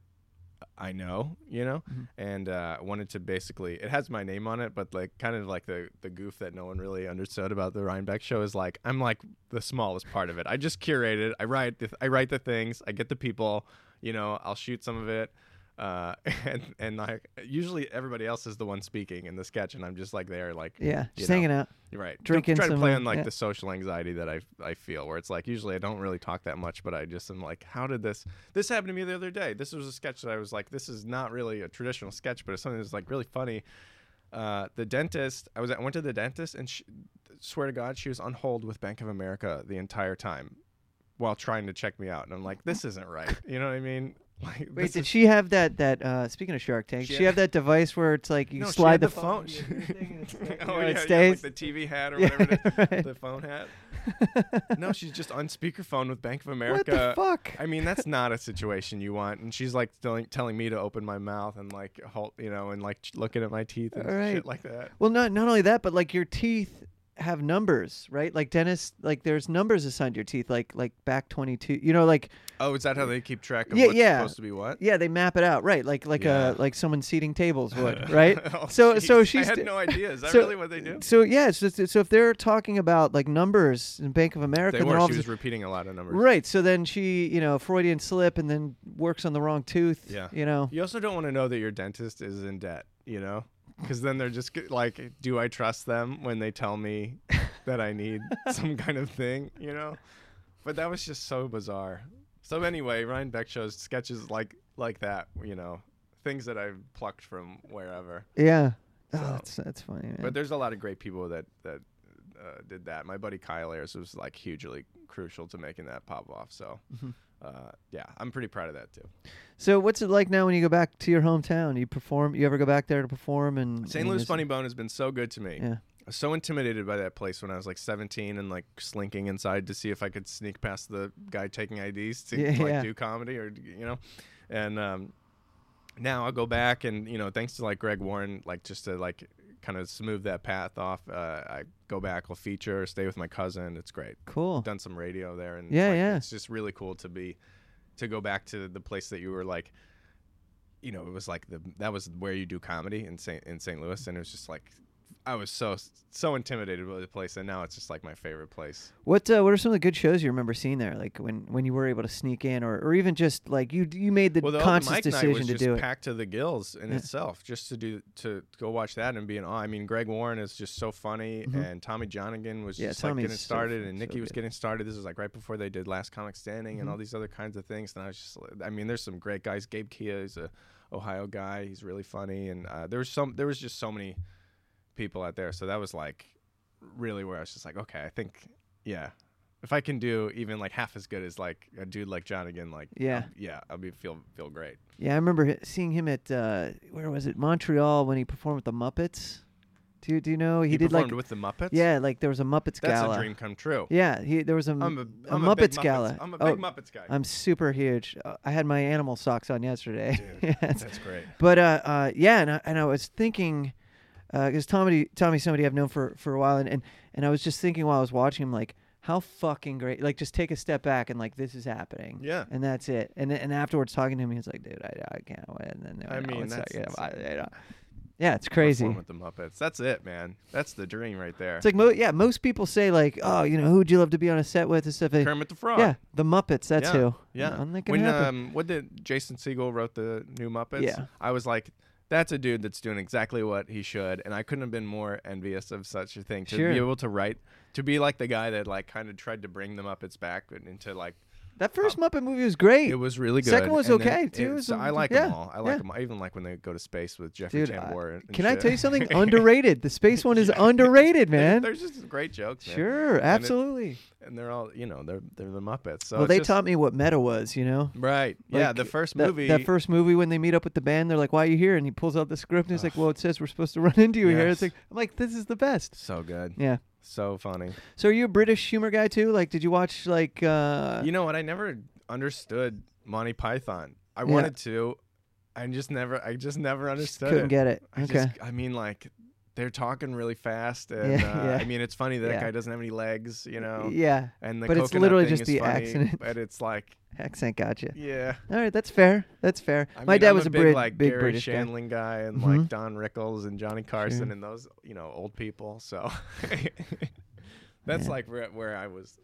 S5: I know, you know,
S4: Mm-hmm.
S5: and uh, wanted to basically. It has my name on it, but like kind of like the the goof that no one really understood about the Ryan Beck show is like I'm like the smallest part of it. I just curate it. I write the I write the things. I get the people. You know, I'll shoot some of it. Uh, and and like usually everybody else is the one speaking in the sketch, and I'm just like there, like
S4: yeah,
S5: you
S4: just
S5: know.
S4: hanging out.
S5: Right. Don't
S4: Drinking
S5: Try to
S4: some,
S5: play
S4: uh,
S5: on like
S4: yeah.
S5: the social anxiety that I I feel, where it's like usually I don't really talk that much, but I just am like, how did this this happened to me the other day? This was a sketch that I was like, this is not really a traditional sketch, but it's something that's like really funny. Uh, the dentist, I was at, I went to the dentist, and she, swear to God, she was on hold with Bank of America the entire time, while trying to check me out, and I'm like, this isn't right. You know what I mean? Like,
S4: Wait,
S5: this
S4: did
S5: is-
S4: she have that that uh, speaking of Shark Tank?
S5: She
S4: She,
S5: had-
S4: have that device where it's like you
S5: no, she
S4: slide
S5: had
S4: the,
S5: the phone. oh
S4: it
S5: yeah, yeah, like
S4: stays?
S5: the TV hat or
S4: Yeah,
S5: whatever, it is,
S4: right.
S5: the phone hat. no, she's just on speakerphone with Bank of
S4: What the
S5: America.
S4: fuck?
S5: I mean, that's not a situation you want. And she's like telling, telling me to open my mouth and like halt, you know, and like looking at my teeth and
S4: All right.
S5: shit like that.
S4: Well, not not only that, but like your teeth have numbers, right? Like dentists, like there's numbers assigned to your teeth, like like back twenty two. You know, like
S5: Oh, is that how they keep track of
S4: Yeah,
S5: what's
S4: yeah.
S5: supposed to be what?
S4: yeah, they map it out, right? Like like
S5: Yeah.
S4: uh like someone seating tables would, right?
S5: Oh,
S4: so so
S5: jeez.
S4: she's
S5: I had
S4: d-
S5: no idea. Is that
S4: so-
S5: really what they do?
S4: So yeah, it's just, so if they're talking about like numbers in Bank of America,
S5: They
S4: then
S5: were.
S4: all
S5: She
S4: of a
S5: was
S4: sudden-
S5: repeating a lot of numbers.
S4: right? So then she, you know, Freudian slip, and then works on the wrong tooth.
S5: Yeah.
S4: you know.
S5: You also don't want to know that your dentist is in debt, you know? Because then they're just g- like, do I trust them when they tell me that I need some kind of thing, you know? But that was just so bizarre. So anyway, Ryan Beck shows sketches like like that, you know, things that I've plucked from wherever.
S4: Yeah. Oh,
S5: So-
S4: that's that's funny. Man.
S5: But there's a lot of great people that that uh, did that. My buddy Kyle Ayers was like hugely crucial to making that pop off. So, uh, yeah, I'm pretty proud of that too.
S4: So what's it like now when you go back to your hometown? You perform? You ever go back there to perform? And
S5: St.
S4: and
S5: Louis
S4: is-
S5: Funny Bone has been so good to me.
S4: Yeah.
S5: I was so intimidated by that place when I was like 17 and like slinking inside to see if I could sneak past the guy taking IDs to
S4: Yeah,
S5: like
S4: yeah.
S5: do comedy or you know, and um, now I'll go back and you know thanks to like Greg Warren like just to like kind of smooth that path off. Uh, I go back, I'll feature, stay with my cousin. It's great.
S4: Cool.
S5: Done some radio there and
S4: Yeah,
S5: like,
S4: yeah.
S5: It's just really cool to be to go back to the place that you were like you know, it was like the that was where you do comedy in St. in St. Louis, and it was just like I was so so intimidated by the place, and now it's just like my favorite place.
S4: What uh, What are some of the good shows you remember seeing there? Like when, when you were able to sneak in, or, or even just like you you made the
S5: Well, the
S4: conscious
S5: open mic night
S4: decision
S5: was
S4: to
S5: just
S4: do it.
S5: packed to the gills in itself, just to do to go watch that and be in awe. I mean, Greg Warren is just so funny, and Tommy Johnigan was
S4: Mm-hmm. Yeah,
S5: just like getting
S4: Tommy's so
S5: started,
S4: fu- so
S5: and Nikki was
S4: good. Mm-hmm.
S5: getting started. This was like right before they did Last Comic Standing and all these other kinds of things. And I was just, I mean, there's some great guys. Gabe Kia is a Ohio guy. He's really funny, and uh, there was some, there was just so many people out there. So that was like really where I was just like, okay, I think, yeah. If I can do even like half as good as like a dude like Johnigan, like
S4: Yeah.
S5: I'll- yeah, I'll be feel feel great.
S4: Yeah, I remember hi- seeing him at uh, where was it Montreal when he performed with the Muppets. Do you, do you know he,
S5: He,
S4: did
S5: performed
S4: like
S5: with the Muppets.
S4: yeah like there was a Muppets
S5: that's
S4: gala.
S5: a dream come true.
S4: Yeah, he, there was a, m-
S5: I'm a,
S4: a
S5: I'm
S4: Muppets
S5: a big
S4: gala.
S5: I'm a big
S4: Oh,
S5: Muppets guy.
S4: I'm super huge. Uh, I had my animal socks on yesterday. Yes.
S5: That's great.
S4: But uh, uh, yeah, and I, and I was thinking, because Tommy Tommy's somebody I've known for for a while, and, and and I was just thinking while I was watching him, like how fucking great, like just take a step back and like this is happening,
S5: Yeah.
S4: and that's it, and and afterwards talking to him, he was like, dude, I, I can't wait, and then
S5: I
S4: now
S5: mean,
S4: it's
S5: that's
S4: like, yeah,
S5: insane.
S4: I- I don't- yeah, it's crazy.
S5: Perform with the Muppets. That's it, man. That's the dream right there.
S4: It's like mo- yeah, most people say like, oh, you know, who would you love to be on a set with and stuff. and-
S5: Kermit the Frog.
S4: yeah, the Muppets. That's
S5: yeah,
S4: who.
S5: Yeah.
S4: I'm like,
S5: when
S4: happen.
S5: um, what did Jason Siegel wrote the new Muppets?
S4: Yeah.
S5: I was like, that's a dude that's doing exactly what he should, and I couldn't have been more envious of such a thing to
S4: Sure.
S5: be able to write, to be like the guy that like kind of tried to bring the Muppets back and into like.
S4: that first Muppet movie was great.
S5: oh. It was really good.
S4: Second one was
S5: and then
S4: okay, too.
S5: it-
S4: It was
S5: so
S4: a-
S5: I like them
S4: yeah,
S5: all. I like
S4: yeah.
S5: them. All. Even like when they go to space with Jeffrey
S4: Dude,
S5: Tambor.
S4: I-
S5: and
S4: can I
S5: shit.
S4: tell you something? underrated. The space one is underrated, man.
S5: There's just great jokes. man.
S4: Sure,
S5: And it-
S4: absolutely.
S5: and they're all you know they're they're the Muppets. So
S4: well,
S5: it's
S4: they
S5: just-
S4: taught me what meta was, you know.
S5: right. yeah,
S4: Like,
S5: the first
S4: that-
S5: movie.
S4: That first movie when they meet up with the band, they're like, "Why are you here?" And he pulls out the script and he's like, "Well, it says we're supposed to run into you here." It's
S5: Yes.
S4: like I'm like, "This is the best."
S5: so good.
S4: Yeah.
S5: So funny.
S4: So are you a British humor guy too? Like, did you watch like? uh
S5: You know what? I never understood Monty Python. I
S4: Yeah.
S5: wanted to. I just never. I just never understood.
S4: Couldn't
S5: it.
S4: get it.
S5: I
S4: okay.
S5: just, I mean, like they're talking really fast, and
S4: Yeah,
S5: uh,
S4: yeah.
S5: I mean, it's funny that, that
S4: Yeah.
S5: guy doesn't have any legs, you know.
S4: yeah.
S5: And the
S4: But it's
S5: coconut
S4: literally
S5: thing
S4: just
S5: is
S4: the
S5: funny,
S4: accident.
S5: But it's like,
S4: Accent gotcha.
S5: yeah.
S4: All right, that's fair. That's fair.
S5: I
S4: My
S5: mean,
S4: dad
S5: I'm
S4: was
S5: a
S4: a
S5: big
S4: Brit-
S5: like
S4: big
S5: Gary
S4: British guy. Mm-hmm.
S5: Shandling guy, and like Don Rickles and Johnny Carson and those you know old people. So that's like where, where I was,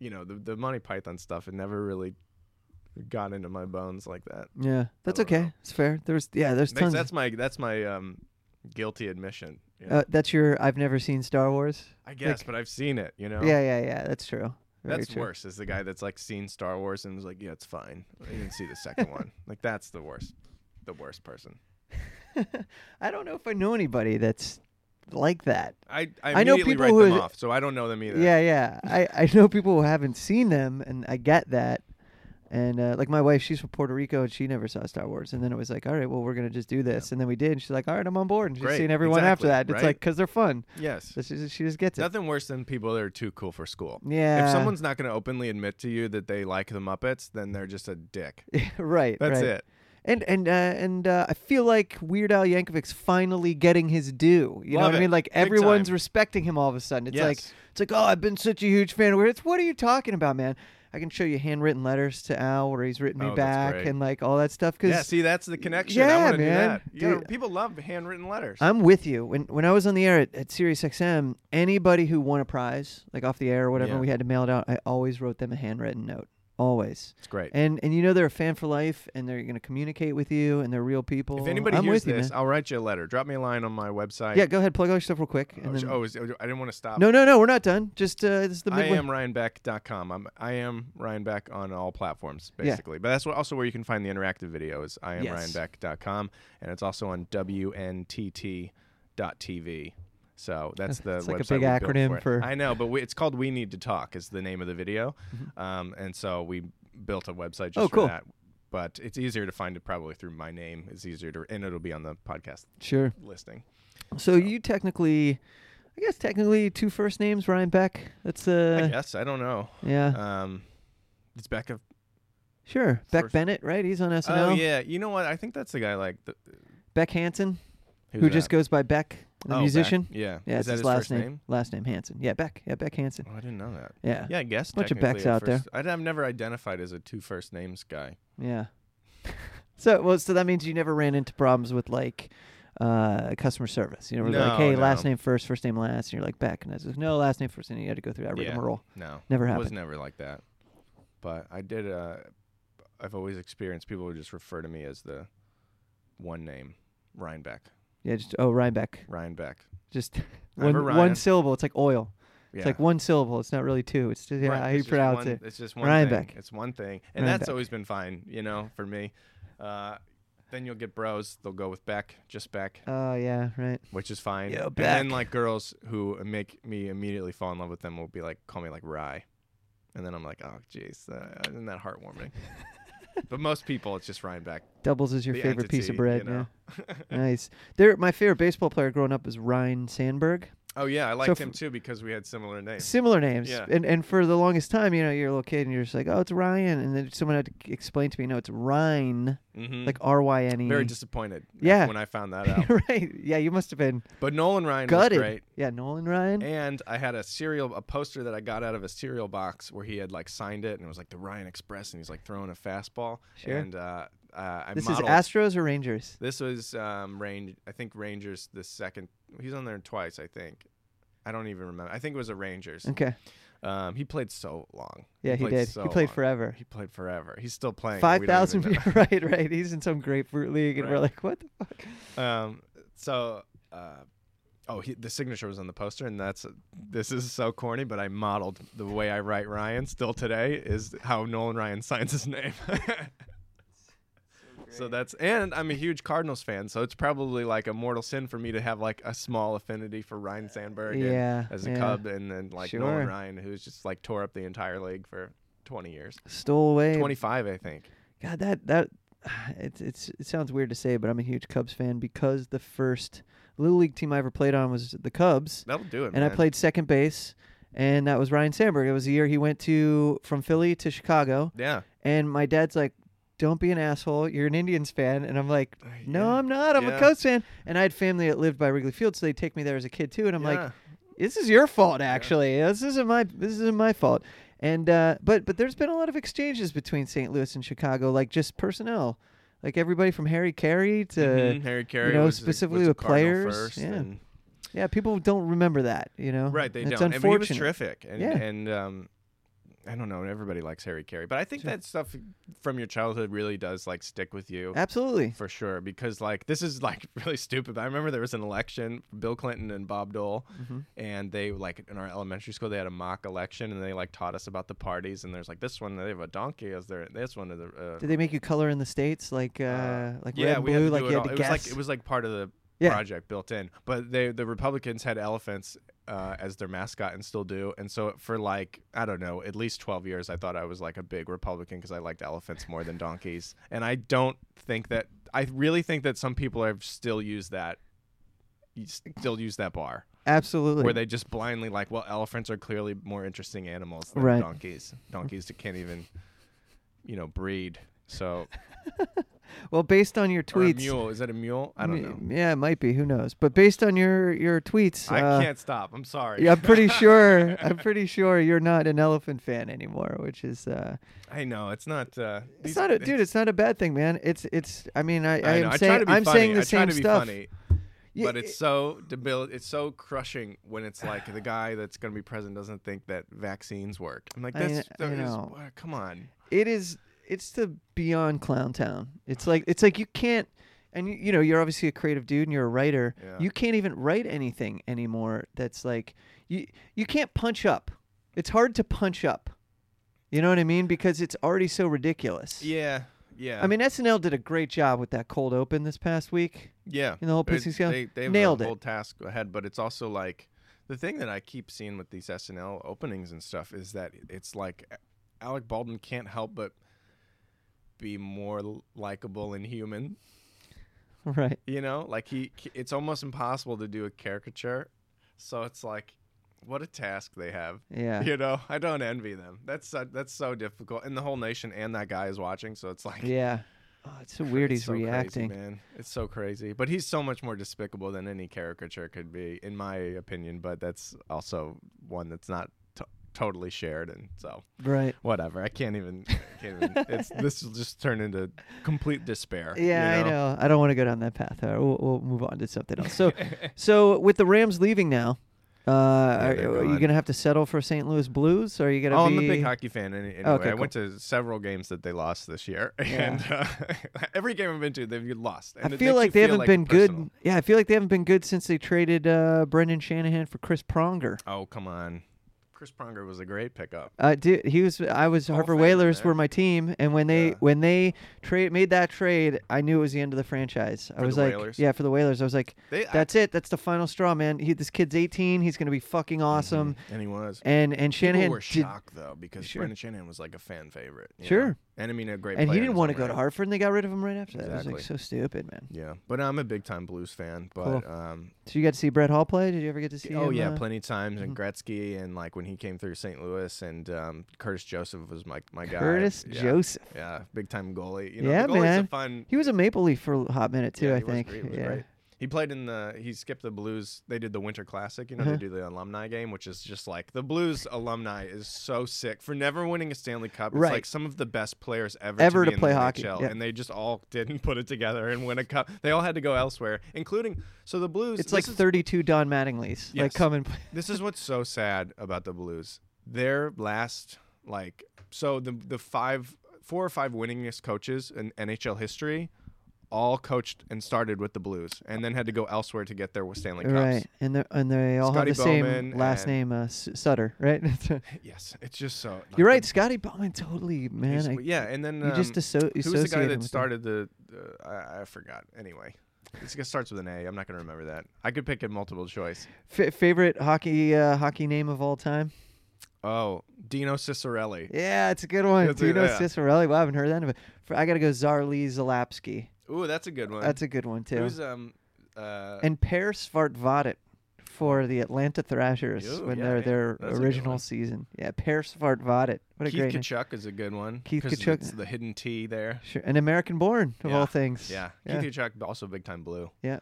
S5: you know, the the Monty Python stuff. It never really got into my bones like that.
S4: Yeah, that's
S5: don't know.
S4: okay. It's fair. There's yeah, there's
S5: That's,
S4: tons.
S5: that's my that's my um, guilty admission. you know.
S4: uh, that's your. I've never seen Star Wars.
S5: I guess, but I've seen it. You know,
S4: Yeah, yeah, yeah. That's true. Very
S5: That's
S4: true.
S5: worse. Is the guy that's like seen Star Wars and was like, yeah, it's fine. I didn't see the second one. Like that's the worst, the worst person.
S4: I don't know if I know anybody that's like that.
S5: I I,
S4: I know
S5: immediately
S4: people
S5: write
S4: who-
S5: them off, so I don't know them either.
S4: Yeah, yeah. I, I know people who haven't seen them, and I get that. And uh, like my wife, she's from Puerto Rico, and she never saw Star Wars. And then it was like, all right, well, we're gonna just do this. And then we did. And she's like, all right, I'm on board. And she's
S5: Great,
S4: seen everyone after
S5: exactly,
S4: that. It's
S5: right?
S4: like because they're fun.
S5: Yes.
S4: So she, she just gets it.
S5: Nothing worse than people that are too cool for school.
S4: Yeah.
S5: If someone's not going to openly admit to you that they like the Muppets, then they're just a dick.
S4: right.
S5: That's
S4: right.
S5: it.
S4: And and uh, and uh, I feel like Weird Al Yankovic's finally getting his due. You know
S5: Love
S4: what I
S5: it.
S4: mean? Like
S5: Big
S4: everyone's
S5: time.
S4: respecting him all of a sudden. It's like
S5: Yes.
S4: it's like oh, I've been such a huge fan of Weird. It's what are you talking about, man? I can show you handwritten letters to Al where he's written me
S5: Oh, that's
S4: back
S5: great.
S4: and like all that stuff. Because
S5: Yeah. See, that's the connection. I
S4: Yeah,
S5: want to do
S4: man.
S5: that. You know,
S4: Dude.
S5: people love handwritten letters.
S4: I'm with you. When when I was on the air at, at Sirius XM, anybody who won a prize, like off the air or whatever,
S5: Yeah.
S4: we had to mail it out. I always wrote them a handwritten note. Always.
S5: it's great.
S4: And and you know they're a fan for life, and they're gonna communicate with you, and they're real people.
S5: if anybody
S4: I'm
S5: hears
S4: with you,
S5: this,
S4: man.
S5: I'll write you a letter. Drop me a line on my website.
S4: Yeah, go ahead, plug all your stuff real quick.
S5: Oh,
S4: And then,
S5: oh, is- oh, I didn't want to stop.
S4: no, no, no, we're not done. Just uh, this is the
S5: I
S4: midway.
S5: am RyanBeck.com. I'm I am Ryan Beck on all platforms basically, but that's what, also where you can find the interactive videos. I am
S4: Yes.
S5: RyanBeck.com, and it's also on WNTT.tv. So that's the
S4: It's like a
S5: website
S4: big
S5: we built
S4: acronym
S5: it.
S4: for-
S5: I know, but we, it's called We Need to Talk is the name of the video, um, and so we built a website just
S4: Mm-hmm. Oh,
S5: for
S4: cool.
S5: that. But it's easier to find it probably through my name. It's easier to, and it'll be on the podcast
S4: Sure.
S5: listing.
S4: So you technically, I guess technically two first names, Ryan Beck. That's uh,
S5: I guess I don't know.
S4: yeah,
S5: Um, it's Becca
S4: sure. Beck
S5: first-
S4: Bennett, right? He's on SNL.
S5: Oh yeah, you know what? I think that's the guy like the,
S4: Beck Hansen,
S5: who's
S4: who just
S5: that?
S4: goes by Beck, the
S5: Oh,
S4: musician.
S5: Beck. Yeah,
S4: Yeah,
S5: is
S4: it's
S5: that
S4: his,
S5: his
S4: last
S5: first
S4: name.
S5: name?
S4: Last name Hansen. Yeah, Beck. Yeah, Beck Hansen.
S5: Oh, I didn't know that.
S4: Yeah.
S5: Yeah, I guess
S4: Bunch of
S5: technically
S4: Becks
S5: a
S4: out there.
S5: first- I'd, I've never identified as a two first names guy.
S4: Yeah. so well, so that means you never ran into problems with like uh customer service. You know, where they're like,
S5: No,
S4: hey, last
S5: no.
S4: name first, first name last, and you're like Beck, and I was like, no, last name first, and you had to go through that
S5: Yeah.
S4: rigmarole.
S5: No,
S4: Never
S5: it was
S4: happened.
S5: never like that. But I did. Uh, I've always experienced people would just refer to me as the one name, Ryan Beck.
S4: Yeah, just oh Ryan Beck.
S5: Ryan Beck.
S4: Just
S5: Never
S4: one
S5: Ryan.
S4: one syllable. It's like oil.
S5: Yeah.
S4: It's like one syllable. It's not really two. It's just yeah,
S5: Right,
S4: how
S5: it's
S4: you
S5: just
S4: pronounce
S5: one-
S4: it.
S5: It's just one
S4: Ryan
S5: thing.
S4: Beck.
S5: It's one thing, and
S4: Ryan
S5: that's
S4: Beck.
S5: always been fine, you know, for me. Uh, then you'll get bros; they'll go with Beck, just Beck.
S4: Oh yeah, right.
S5: which is fine.
S4: Yeah,
S5: and then
S4: back.
S5: like girls who make me immediately fall in love with them will be like, call me like Rye, and then I'm like, oh jeez, uh, isn't that heartwarming? but most people, it's just Ryan Beck.
S4: Doubles is your
S5: the
S4: favorite piece
S5: entity,
S4: of bread.
S5: you know?
S4: Yeah. nice. There, my favorite baseball player growing up was Ryan Sandberg.
S5: Oh yeah, I liked
S4: f-
S5: him too because we had similar names.
S4: similar names.
S5: Yeah.
S4: And and for the longest time, you know, you're a little kid and you're just like, oh, it's Ryan, and then someone had to explain to me, no, it's Ryan,
S5: Mhm.
S4: like R Y N E.
S5: Very disappointed.
S4: Yeah.
S5: When I found that out.
S4: right. Yeah, you must have been
S5: But Nolan Ryan
S4: gutted.
S5: was great.
S4: Yeah, Nolan Ryan.
S5: And I had a cereal, a poster that I got out of a cereal box where he had like signed it, and it was like the Ryan Express, and he's like throwing a fastball.
S4: Sure.
S5: And uh, uh, I
S4: this
S5: modeled.
S4: is Astros or Rangers.
S5: This was um, Range. I think Rangers. The second he's on there twice. I think. I don't even remember. I think it was a Rangers.
S4: Okay.
S5: Um, he played so long.
S4: Mm. Yeah, he,
S5: played
S4: did.
S5: so
S4: he played
S5: long.
S4: forever.
S5: He played forever. He's still playing.
S4: Five
S5: We don't
S4: thousand.
S5: even know.
S4: Right, right. He's in some grapefruit league, and we're
S5: Right.
S4: like, what the fuck?
S5: Um, so, uh, oh, he, the signature was on the poster, and that's this is so corny, but I modeled the way I write Ryan still today is how Nolan Ryan signs his name. So that's and I'm a huge Cardinals fan, so it's probably like a mortal sin for me to have like a small affinity for Ryan Sandberg and-
S4: Yeah,
S5: as a
S4: yeah.
S5: Cub and then like Nolan
S4: Sure.
S5: Ryan who's just like tore up the entire league for 20 years.
S4: Stole away.
S5: 25 I think.
S4: God, that that it's it's it sounds weird to say, but I'm a huge Cubs fan because the first little league team I ever played on was the Cubs,
S5: That'll do it.
S4: and I
S5: man.
S4: played second base, and that was Ryan Sandberg. It was the year he went to from Philly to Chicago,
S5: Yeah.
S4: and my dad's like. Don't be an asshole. You're an Indians fan, and I'm like, no,
S5: yeah,
S4: I'm not. I'm a
S5: yeah.
S4: Cubs fan, and I had family that lived by Wrigley Field, so they take me there as a kid too. And I'm like,
S5: Yeah.
S4: this is your fault actually this isn't my this isn't my fault and uh, but but there's been a lot of exchanges between st louis and chicago like just personnel like everybody from harry carey to
S5: Mhm, Harry Carey
S4: know,
S5: was a-
S4: specifically
S5: was a
S4: with
S5: Cardinal
S4: players,
S5: first,
S4: yeah.
S5: and-
S4: yeah people don't remember that you know
S5: right, they
S4: And it's
S5: don't. And- but
S4: unfortunate
S5: he was terrific, and
S4: Yeah.
S5: and um, I don't know. Everybody likes Harry Carey, but I think that stuff from your childhood really does like stick with you.
S4: absolutely
S5: for sure because like this is like really stupid but i remember there was an election bill clinton and bob dole
S4: Mm-hmm.
S5: and they like in our elementary school they had a mock election and they like taught us about the parties and there's like this one they have a donkey as their this one is the uh,
S4: did they make you color in the states like uh, like
S5: yeah,
S4: red and
S5: we had
S4: blue
S5: to
S4: like
S5: do
S4: you had
S5: it, all.
S4: to
S5: it was
S4: guess
S5: like it was like part of the
S4: Yeah.
S5: project built in. But they the Republicans had elephants uh, as their mascot and still do. And so for like I don't know, at least 12 years I thought I was like a big Republican because I liked elephants more than donkeys. And I don't think that I really think that some people have still used that you still use that bar
S4: absolutely
S5: where they just blindly like well elephants are clearly more interesting animals than
S4: Right.
S5: donkeys donkeys can't even you know breed so
S4: well based on your
S5: or a
S4: tweets
S5: mule is that a mule i don't know
S4: m- yeah it might be who knows but based on your your tweets
S5: I
S4: uh,
S5: can't stop. I'm sorry.
S4: yeah, I'm pretty sure. I'm pretty sure you're not an elephant fan anymore, which is uh,
S5: I know it's not. Uh,
S4: It's not a dude. It's not a bad thing, man. It's it's. I mean, I, I,
S5: know.
S4: am
S5: I try
S4: saying
S5: to be
S4: I'm
S5: funny.
S4: saying the
S5: I try
S4: same
S5: to be
S4: stuff.
S5: funny,
S4: Yeah,
S5: but it's so debil. It's so crushing when it's like the guy that's going to be president doesn't think that vaccines work. I'm like,
S4: I-
S5: that's
S4: I
S5: that is-
S4: know.
S5: uh, come on.
S4: it is it's the beyond clown town. It's like it's like you can't. And you, you know you're obviously a creative dude and you're a writer.
S5: Yeah.
S4: You can't even write anything anymore. That's like you you can't punch up. It's hard to punch up. You know what I mean? Because it's already so ridiculous.
S5: Yeah, yeah.
S4: I mean, SNL did a great job with that cold open this past week.
S5: yeah.
S4: in the whole
S5: They-
S4: pissing scale,
S5: they, they
S4: nailed
S5: have
S4: it.
S5: a whole task ahead. But it's also like the thing that I keep seeing with these SNL openings and stuff is that it's like Alec Baldwin can't help but be more l- likable and human
S4: Right.
S5: You know, like he, it's almost impossible to do a caricature. So it's like, what a task they have.
S4: Yeah.
S5: You know, I don't envy them. That's so, that's so difficult, and the whole nation and that guy is watching. So it's like,
S4: Yeah. Oh, it's so weird.
S5: it's
S4: He's
S5: so crazy,
S4: reacting.
S5: man. It's so crazy. But he's so much more despicable than any caricature could be, in my opinion. But that's also one that's not t- totally shared, and so
S4: right.
S5: whatever. I can't even. I can't even it's this will just turn into complete despair. you
S4: Yeah, I know. I don't want to go down that path. Uh, We'll, we'll move on to something else. So, so with the Rams leaving now, uh, are,
S5: they're
S4: are you
S5: gone.
S4: gonna have to settle for St. Louis Blues? Or are you gonna?
S5: Oh,
S4: be... Oh,
S5: I'm a big hockey fan. Any, anyway,
S4: Okay,
S5: I went to several games that they lost this year, and uh, every game I've been to, they've lost. And
S4: I
S5: it
S4: feel
S5: makes
S4: like
S5: you
S4: they
S5: feel
S4: haven't
S5: like
S4: been
S5: it's
S4: good.
S5: personal.
S4: Yeah, I feel like they haven't been good since they traded uh, Brendan Shanahan for Chris Pronger.
S5: Oh, come on, Chris Pronger was a great pickup.
S4: Uh, dude, he was. I was Harper
S5: fans
S4: Whalers
S5: there.
S4: were my team, and when they
S5: Yeah.
S4: when they trade made that trade, I knew it was the end of the franchise. I
S5: For
S4: was
S5: the
S4: like,
S5: Whalers?
S4: yeah, for the Whalers, I was like,
S5: They- I-
S4: that's it. That's the final straw, man. He, this kid's 18. He's gonna be fucking
S5: Mm-hmm.
S4: awesome.
S5: And he was.
S4: And and Shanahan
S5: People were
S4: did,
S5: shocked though because
S4: Sure.
S5: Brendan Shanahan was like a fan favorite. you know?
S4: Sure.
S5: And I mean a great.
S4: and he
S5: player in
S4: didn't
S5: his
S4: want to
S5: own
S4: go to
S5: right.
S4: Hartford, and they got rid of him right after that. It was like so
S5: Exactly.
S4: stupid, man.
S5: Yeah, but I'm a big time Blues fan. But um,
S4: So you got to see Brett Hall play? Did you ever get to see?
S5: oh
S4: him,
S5: yeah,
S4: uh,
S5: plenty of times. And Gretzky and like when he came through St. Louis and um, Curtis Joseph was my my guy.
S4: Curtis
S5: Yeah.
S4: Joseph.
S5: Yeah, big time goalie. You know,
S4: yeah,
S5: the goalie's
S4: man.
S5: A fun.
S4: He was a Maple Leaf for a hot minute too.
S5: yeah,
S4: I
S5: he was
S4: think.
S5: great, he was
S4: yeah.
S5: great. He played in the. He skipped the Blues. They did the Winter Classic. You know, they
S4: Uh-huh.
S5: do the alumni game, which is just like the Blues alumni is so sick for never winning a Stanley Cup. It's
S4: Right.
S5: like some of the best players ever,
S4: Ever
S5: to,
S4: to
S5: be in
S4: play
S5: the
S4: hockey,
S5: NHL,
S4: yeah.
S5: and they just all didn't put it together and win a cup. They all had to go elsewhere, including so the Blues.
S4: It's like
S5: this is-
S4: 32 Don Mattingly's. Like
S5: Yes.
S4: come and play.
S5: this is what's so sad about the Blues. Their last like so the the five four or five winningest coaches in NHL history all coached and started with the Blues and then had to go elsewhere to get their Stanley Cups.
S4: Right, and they and they all
S5: Scotty
S4: have the
S5: Bowman
S4: same last
S5: and-
S4: name, uh, S- Sutter, right?
S5: Yes, it's just so. like,
S4: You're
S5: the
S4: right, Scotty Bowman. Totally, man.
S5: He's-
S4: I,
S5: yeah, and then
S4: you just
S5: um,
S4: disso-
S5: who was the
S4: associate
S5: guy
S4: him with
S5: that
S4: him.
S5: started the? Uh, I, I forgot. Anyway, this guy starts with an A. I'm not gonna remember that. I could pick a multiple choice.
S4: F- favorite hockey uh, hockey name of all time.
S5: Oh, Dino Cicerelli.
S4: Yeah, it's a good one.
S5: That's a-
S4: Dino
S5: yeah.
S4: Cicerelli. Wow, I haven't heard that. Of it. For, I gotta go. Zarli Zalapsky.
S5: Ooh, that's a good one.
S4: That's a good one too.
S5: Who's um. Uh,
S4: and Per Svartvadet for the Atlanta Thrashers
S5: Ooh,
S4: when
S5: yeah,
S4: they're
S5: yeah.
S4: their
S5: That's a good
S4: original
S5: one.
S4: season. Yeah, Per Svartvadet. What a
S5: Keith
S4: great name.
S5: Kachuk is a good one.
S4: Keith
S5: 'cause
S4: Kachuk.
S5: It's the hidden T there.
S4: Sure. An American born of
S5: Yeah.
S4: all things.
S5: Yeah.
S4: Yeah.
S5: Keith Kachuk also big time blue.
S4: Yeah.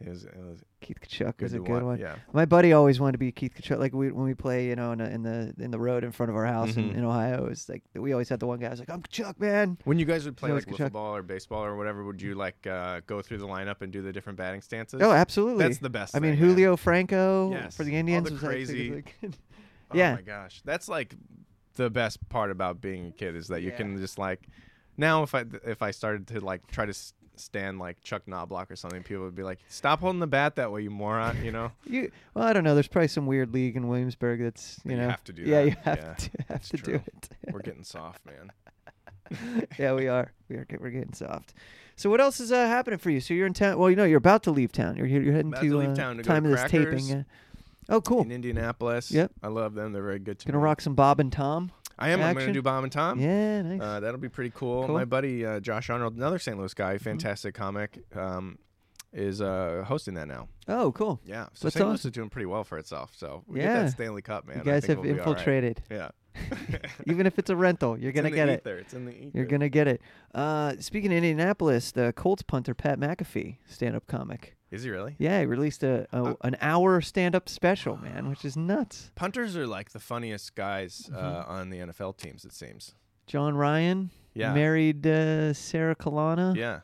S5: It was, it was
S4: Keith Kachuk
S5: good
S4: was a
S5: to
S4: good
S5: watch.
S4: one.
S5: Yeah.
S4: My buddy always wanted to be Keith Kachuk. Like we, when we play, you know, in, a, in the in the road in front of our house in,
S5: Mhm.
S4: in Ohio, it's like we always had the one guy who's like, "I'm Kachuk, man."
S5: When you guys would play
S4: always
S5: like
S4: Kachuk.
S5: wiffle ball or baseball or whatever, would you like uh, go through the lineup and do the different batting stances?
S4: Oh, absolutely.
S5: That's the best.
S4: I mean,
S5: thing, man.
S4: Julio Franco
S5: Yes.
S4: for
S5: All
S4: the
S5: the
S4: Indians was
S5: crazy-
S4: Like,
S5: Oh
S4: yeah,
S5: my gosh, that's like the best part about being a kid is that you
S4: Yeah.
S5: can just like. Now, if I if I started to like try to s- stand like Chuck Knoblock or something, people would be like, "Stop holding the bat that way, you moron!" You know.
S4: You well, I don't know. There's probably some weird league in Williamsburg that's you
S5: you
S4: know.
S5: have to do
S4: Yeah,
S5: that.
S4: you have
S5: Yeah,
S4: to have
S5: that's
S4: to do
S5: true.
S4: it.
S5: We're getting soft, man.
S4: yeah, we are. We are. Get, we're getting soft. So what else is uh, happening for you? So you're in town. Well, you know, you're about to leave town. You're you're you're heading
S5: About to leave
S4: uh,
S5: town to go
S4: time
S5: to
S4: of this taping.
S5: Crackers.
S4: Uh, oh, cool.
S5: in Indianapolis.
S4: Yep.
S5: I love them. They're very good to
S4: Gonna
S5: me.
S4: rock some Bob and Tom.
S5: I am. I'm
S4: action?
S5: gonna do Bomb and Tom.
S4: Yeah, nice.
S5: Uh, that'll be pretty cool.
S4: Cool. Mm-hmm.
S5: My buddy uh, Josh Arnold, another St. Louis guy, fantastic comic, um, is uh, hosting that now.
S4: oh, cool.
S5: Yeah. So
S4: That's
S5: St. Louis
S4: awesome.
S5: is doing pretty well for itself. So we get
S4: Yeah.
S5: that Stanley Cup, man.
S4: you
S5: I
S4: guys
S5: think
S4: have
S5: we'll be all right.
S4: infiltrated.
S5: Yeah.
S4: Even if it's a rental, you're
S5: It's in
S4: gonna
S5: the
S4: get it.
S5: ether. It's in the ether.
S4: You're gonna get it. Uh, speaking of Indianapolis, the Colts punter Pat McAfee, stand-up comic.
S5: Is he really?
S4: Yeah, he released a, a
S5: Uh,
S4: an hour stand-up special, man, which is nuts.
S5: Punters are like the funniest guys uh,
S4: Mm-hmm.
S5: on the NFL teams. It seems.
S4: John Ryan
S5: Yeah.
S4: married uh, Sarah Kalana.
S5: Yeah.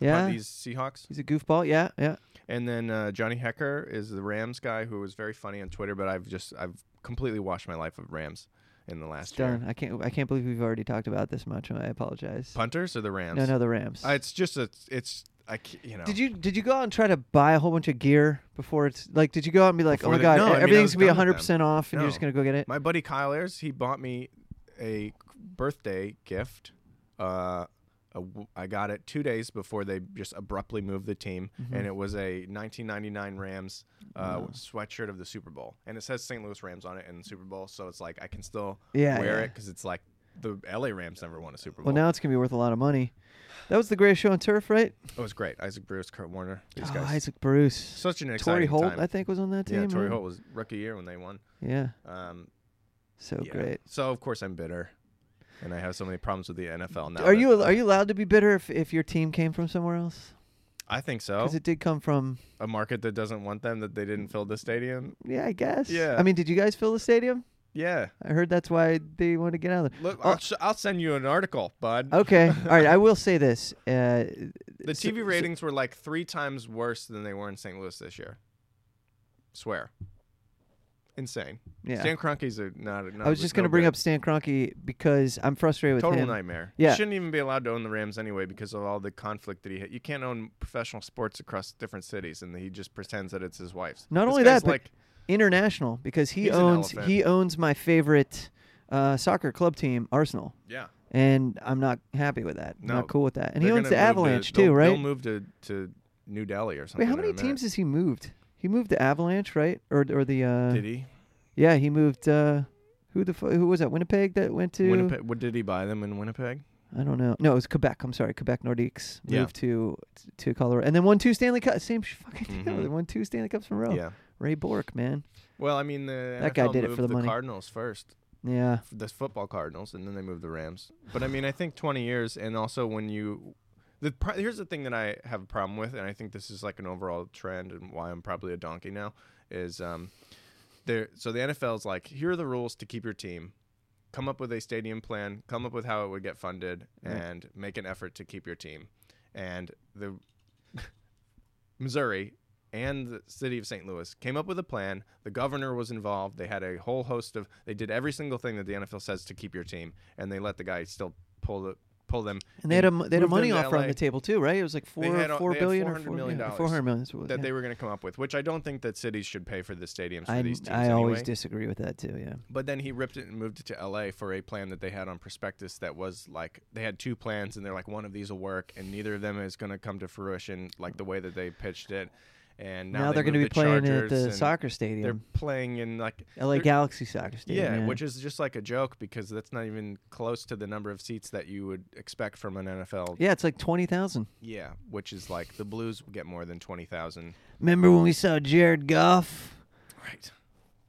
S4: Yeah.
S5: Punt these Seahawks.
S4: He's a goofball. Yeah, yeah.
S5: And then uh, Johnny Hecker is the Rams guy who was very funny on Twitter, but I've just I've completely watched my life of Rams in the last
S4: Done.
S5: year.
S4: I can't. I can't believe we've already talked about this much. I apologize.
S5: Punters or the Rams?
S4: No, no, the Rams.
S5: Uh, it's just a it's I ca- you know.
S4: did you did you go out and try to buy a whole bunch of gear before it's like? Did you go out and be like, oh
S5: Before
S4: my
S5: the-
S4: god,
S5: No, I mean, I
S4: everything's
S5: was
S4: gonna be
S5: done with
S4: hundred percent off, and you're
S5: No.
S4: just gonna go get it?
S5: My buddy Kyle Ayers, he bought me a birthday gift. Uh, a w- I got it two days before they just abruptly moved the team,
S4: Mm-hmm.
S5: and it was a 1999 Rams uh, sweatshirt of the Super Bowl, and it says St. Louis Rams on it in the Super Bowl, so it's like I can still
S4: Yeah,
S5: wear
S4: yeah.
S5: it because it's like the LA Rams never won a Super Bowl.
S4: well, now it's gonna be worth a lot of money. That was the greatest show on turf, right?
S5: It was great. Isaac Bruce, Kurt Warner, these
S4: Oh,
S5: guys.
S4: Isaac Bruce,
S5: Such an
S4: Torrey
S5: exciting
S4: Holt,
S5: time.
S4: I think, was on that team.
S5: yeah, Torrey
S4: right?
S5: Holt was rookie year when they won.
S4: Yeah,
S5: Um,
S4: so
S5: yeah.
S4: Oh, great.
S5: So of course I'm bitter, and I have so many problems with the NFL now.
S4: Are
S5: that-
S4: you are you allowed to be bitter if, if your team came from somewhere else?
S5: I think so.
S4: Because it did come from.
S5: a market that doesn't want them that they didn't fill the stadium.
S4: Yeah, I guess.
S5: Yeah.
S4: I mean, did you guys fill the stadium?
S5: Yeah.
S4: I heard that's why they want to get out of there.
S5: Look,
S4: Oh.
S5: I'll, sh- I'll send you an article, bud.
S4: Okay. All right. I will say this. Uh,
S5: The
S4: so-
S5: TV
S4: so-
S5: ratings were like three times worse than they were in St. Louis this year. Swear. Insane.
S4: Yeah.
S5: Stan Kroenke's a not. a- not
S4: I was
S5: was
S4: just
S5: no
S4: going to bring
S5: good.
S4: up Stan Kroenke because I'm frustrated with
S5: Total
S4: him.
S5: nightmare.
S4: Yeah.
S5: You shouldn't even be allowed to own the Rams anyway because of all the conflict that he had. You can't own professional sports across different cities, and he just pretends that it's his wife's.
S4: Not
S5: This
S4: only
S5: guy's
S4: that, but
S5: like
S4: international because he
S5: He's an
S4: owns
S5: elephant.
S4: he owns my favorite uh, soccer club team, Arsenal,
S5: Yeah.
S4: and I'm not happy with that. I'm
S5: No,
S4: not cool with that. And he
S5: They're
S4: owns
S5: gonna
S4: the
S5: move to-
S4: Avalanche
S5: they'll-
S4: too, right?
S5: They'll move to, to New Delhi or something.
S4: Wait, how
S5: in a
S4: many
S5: minute.
S4: teams has he moved? He moved the Avalanche, right? Or or the uh,
S5: did he?
S4: yeah, he moved. Uh, who the fu- who was that? Winnipeg that went to.
S5: Winnipeg, what did he buy them in Winnipeg?
S4: I don't know. No, it was Quebec. I'm sorry, Quebec Nordiques moved
S5: Yeah.
S4: to to Colorado, and then won two Stanley Cups. Same sh- fucking deal.
S5: Mhm.
S4: They won two Stanley Cups in a row.
S5: Yeah.
S4: Ray Bork, man.
S5: Well, I mean, the
S4: Oh. That guy
S5: NFL
S4: did it for
S5: moved
S4: the money.
S5: Cardinals first,
S4: Yeah,
S5: f- the football Cardinals, and then they moved the Rams. But I mean, I think 20 years, and also when you, the pro- here's the thing that I have a problem with, and I think this is like an overall trend, and why I'm probably a donkey now is, um, there. So the NFL's like, here are the rules to keep your team. Come up with a stadium plan. Come up with how it would get funded,
S4: Right.
S5: and make an effort to keep your team. And the Missouri and the city of St. Louis came up with a plan. The governor was involved. They had a whole host of they did every single thing that the NFL says to keep your team and they let the guy still pull the pull them
S4: and they had a mo- they had a
S5: moved them
S4: money
S5: to
S4: offer on
S5: LA
S4: the table too, right? It was like four
S5: had a-
S4: four
S5: they had
S4: billion or
S5: $400
S4: four
S5: million
S4: yeah,
S5: dollars
S4: four hundred million. is what-
S5: that
S4: yeah.
S5: they were going to come up with, which I don't think that cities should pay for the stadiums for
S4: I,
S5: these teams
S4: I
S5: anyway.
S4: always disagree with that too. Yeah,
S5: But then he ripped it and moved it to LA for a plan that they had on prospectus that was like they had two plans and they're like one of these will work and neither of them is going to come to fruition like the way that they pitched it. And now,
S4: now,
S5: they
S4: they're going to be
S5: moved the
S4: playing at
S5: Chargers
S4: the
S5: and
S4: soccer
S5: They're
S4: stadium,
S5: playing in like
S4: L.A.
S5: they're-
S4: Galaxy soccer stadium.
S5: yeah, which is just like a joke because that's not even close to the number of seats that you would expect from an NFL.
S4: yeah, it's like twenty thousand.
S5: Yeah, which is like the Blues get more than twenty thousand.
S4: Remember when we saw Jared Goff
S5: Right.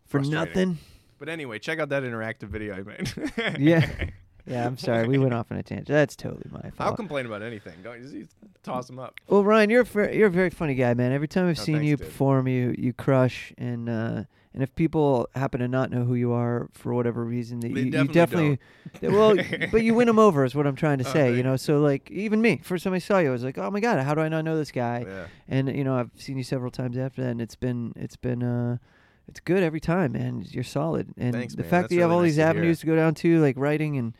S4: for
S5: Frustrating.
S4: nothing?
S5: But anyway, check out that interactive video I made.
S4: Yeah. Yeah, I'm sorry. We went off on a tangent. That's totally my fault.
S5: I'll complain about anything. Don't you just toss them up.
S4: Well, Ryan, you're a fer- you're a very funny guy, man. Every time I've
S5: Oh,
S4: seen
S5: thanks,
S4: you
S5: dude.
S4: perform, you you crush, and uh, and if people happen to not know who you are for whatever reason, that
S5: They
S4: you, you
S5: definitely
S4: definitely- well, but you win them over is what I'm trying to
S5: Oh,
S4: say. You
S5: thanks.
S4: know, so like even me, first time I saw you, I was like, oh my god, how do I not know this guy?
S5: Yeah.
S4: And you know, I've seen you several times after that, and it's been it's been uh, it's good every time, man. You're solid, and
S5: Thanks,
S4: the
S5: man.
S4: fact
S5: That's
S4: that you have
S5: really
S4: all
S5: nice
S4: these
S5: to hear.
S4: avenues to go down to, like writing and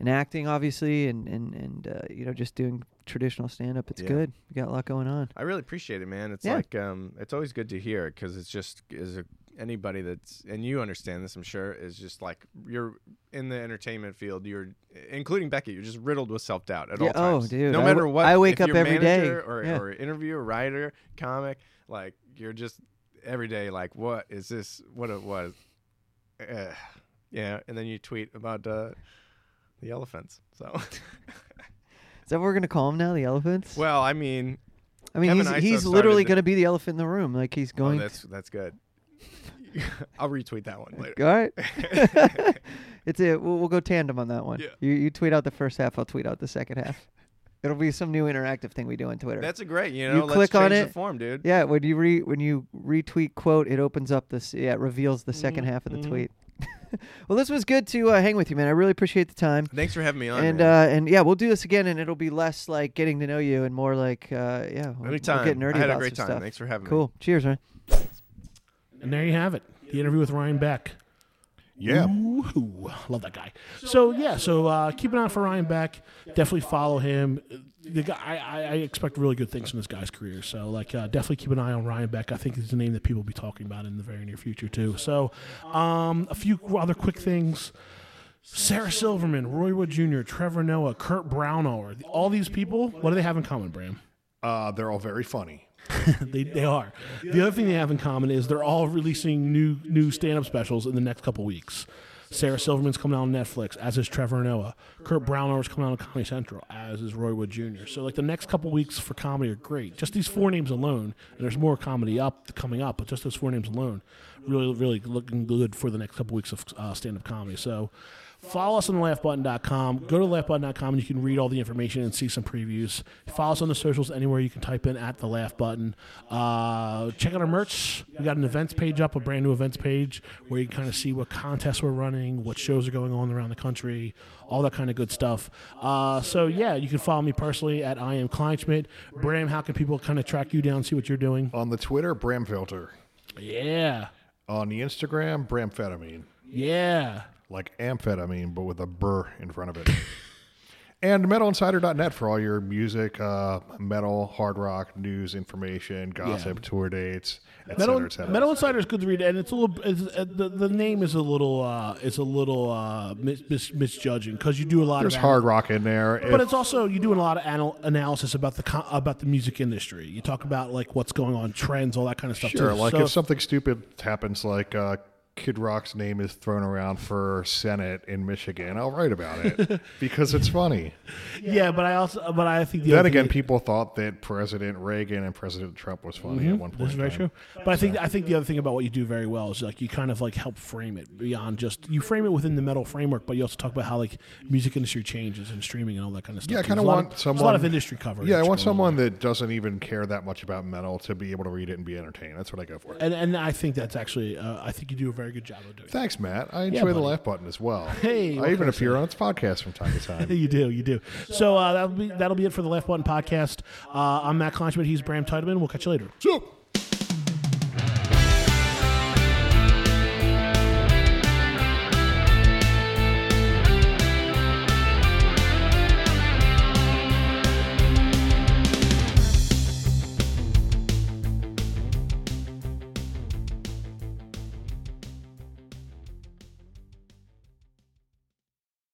S4: and acting, obviously, and and and uh, you know, just doing traditional stand up, it's
S5: Yeah.
S4: good. You got a lot going on.
S5: I really appreciate it, man. It's
S4: Yeah.
S5: like um, it's always good to hear because it's just is a, anybody that's and you understand this, I'm sure, is just like you're in the entertainment field. You're including Becky. You're just riddled with self doubt at
S4: Yeah,
S5: all
S4: oh,
S5: times.
S4: dude,
S5: no
S4: I
S5: matter
S4: w-
S5: what.
S4: I wake
S5: if
S4: up
S5: you're
S4: every day,
S5: manager or,
S4: yeah.
S5: or interviewer, writer, comic, like you're just every day like, what is this? What it was? Uh, yeah, and then you tweet about uh, the elephants. So,
S4: Is that what we're gonna call him now? The elephants?
S5: well, I mean,
S4: I mean,
S5: Kevin
S4: he's
S5: Iso
S4: he's
S5: started
S4: literally
S5: the-
S4: gonna be the elephant in the room. Like he's
S5: oh,
S4: going.
S5: that's that's good. I'll retweet that one later.
S4: all right. it's it. We'll, we'll go tandem on that one.
S5: Yeah.
S4: You you tweet out the first half. I'll tweet out the second half. It'll be some new interactive thing we do on Twitter.
S5: That's a great, you know, let's
S4: click on
S5: change
S4: it.
S5: the form, dude.
S4: yeah, when you re when you retweet quote, it opens up this yeah, it reveals the second half of the tweet. well, this was good to uh, hang with you, man. I really appreciate the time.
S5: Thanks for having me on.
S4: and
S5: man.
S4: uh, and yeah, we'll do this again, and it'll be less like getting to know you and more like uh, yeah, we'll,
S5: Anytime.
S4: We'll get nerdy
S5: I had a
S4: about
S5: great
S4: some
S5: time.
S4: Stuff.
S5: Thanks for having me.
S4: cool. Cheers, man.
S2: And there you have it. The interview with Ryan Beck.
S3: Yeah.
S2: Ooh, love that guy. So yeah, so uh, keep an eye out for Ryan Beck. Definitely follow him. The guy, I, I- I expect really good things from this guy's career. So like, uh, definitely keep an eye on Ryan Beck. I think he's a name that people will be talking about in the very near future too. So, um, a few other quick things. Sarah Silverman, Roy Wood Jr., Trevor Noah, Kurt Brownauer, all these people, what do they have in common, Bram?
S3: Uh, they're all very funny.
S2: They, they are. The other thing they have in common is they're all releasing new new stand up specials in the next couple weeks. Sarah Silverman's coming out on Netflix, as is Trevor Noah. Kurt Brownauer's coming out on Comedy Central, as is Roy Wood Jr. So like the next couple weeks for comedy are great. Just these four names alone, and there's more comedy up coming up, but just those four names alone, really really looking good for the next couple weeks of uh, stand up comedy. So. Follow us on laughbutton.com. Go to laughbutton.com and you can read all the information and see some previews. Follow us on the socials anywhere you can type in at the laugh button. Uh, check out our merch. We got an events page up, a brand new events page where you can kind of see what contests we're running, what shows are going on around the country, all that kind of good stuff. Uh, so yeah, you can follow me personally at I am Kleinschmidt. Bram, how can people kind of track you down, see what you're doing?
S3: On the Twitter, Bramfilter.
S2: Yeah.
S3: On the Instagram, Bramfetamine.
S2: Yeah.
S3: Like amphetamine, but with a burr in front of it. And metalinsider.net for all your music, uh, metal, hard rock, news, information, gossip, tour dates, et
S2: Metal,
S3: cetera, et cetera.
S2: Metal Insider is good to read, and it's a little. It's, uh, the, the name is a little. Uh, it's a little uh, mis, mis, misjudging because you do a lot
S3: There's
S2: of
S3: hard rock in there.
S2: But
S3: If-
S2: it's also you do a lot of anal- analysis about the co- about the music industry. You talk about like what's going on, trends, all that kind of stuff.
S3: Sure,
S2: too.
S3: like
S2: So
S3: if something stupid happens, like uh, Kid Rock's name is thrown around for Senate in Michigan, I'll write about it because it's funny.
S2: yeah. but I also but I think the
S3: Then
S2: other
S3: again,
S2: thing-
S3: people thought that President Reagan and President Trump was funny at one point.
S2: This is Mm-hmm.
S3: in
S2: very
S3: time.
S2: true. But I think I think the other thing about what you do very well is like you kind of like help frame it beyond just you frame it within the metal framework, but you also talk about how like music industry changes and streaming and all that kind of stuff.
S3: Yeah, I
S2: too.
S3: kind
S2: There's
S3: of
S2: a lot
S3: want
S2: there's
S3: someone.
S2: a lot of industry coverage.
S3: Yeah, I want
S2: going on.
S3: someone that doesn't even care that much about metal to be able to read it and be entertained. That's what I go for.
S2: And and I think that's actually uh, I think you do a very good job of doing.
S3: Thanks, Matt. I enjoy the
S2: buddy.
S3: laugh button as well.
S2: Hey, what
S3: I even
S2: can I say?
S3: appear on its podcast from time to
S2: that.
S3: time.
S2: You do, you do. So uh, that'll be that'll be it for the Left Button podcast. Uh, I'm Matt Kleinschmidt. He's Bram Titeman. We'll catch you later.
S3: so.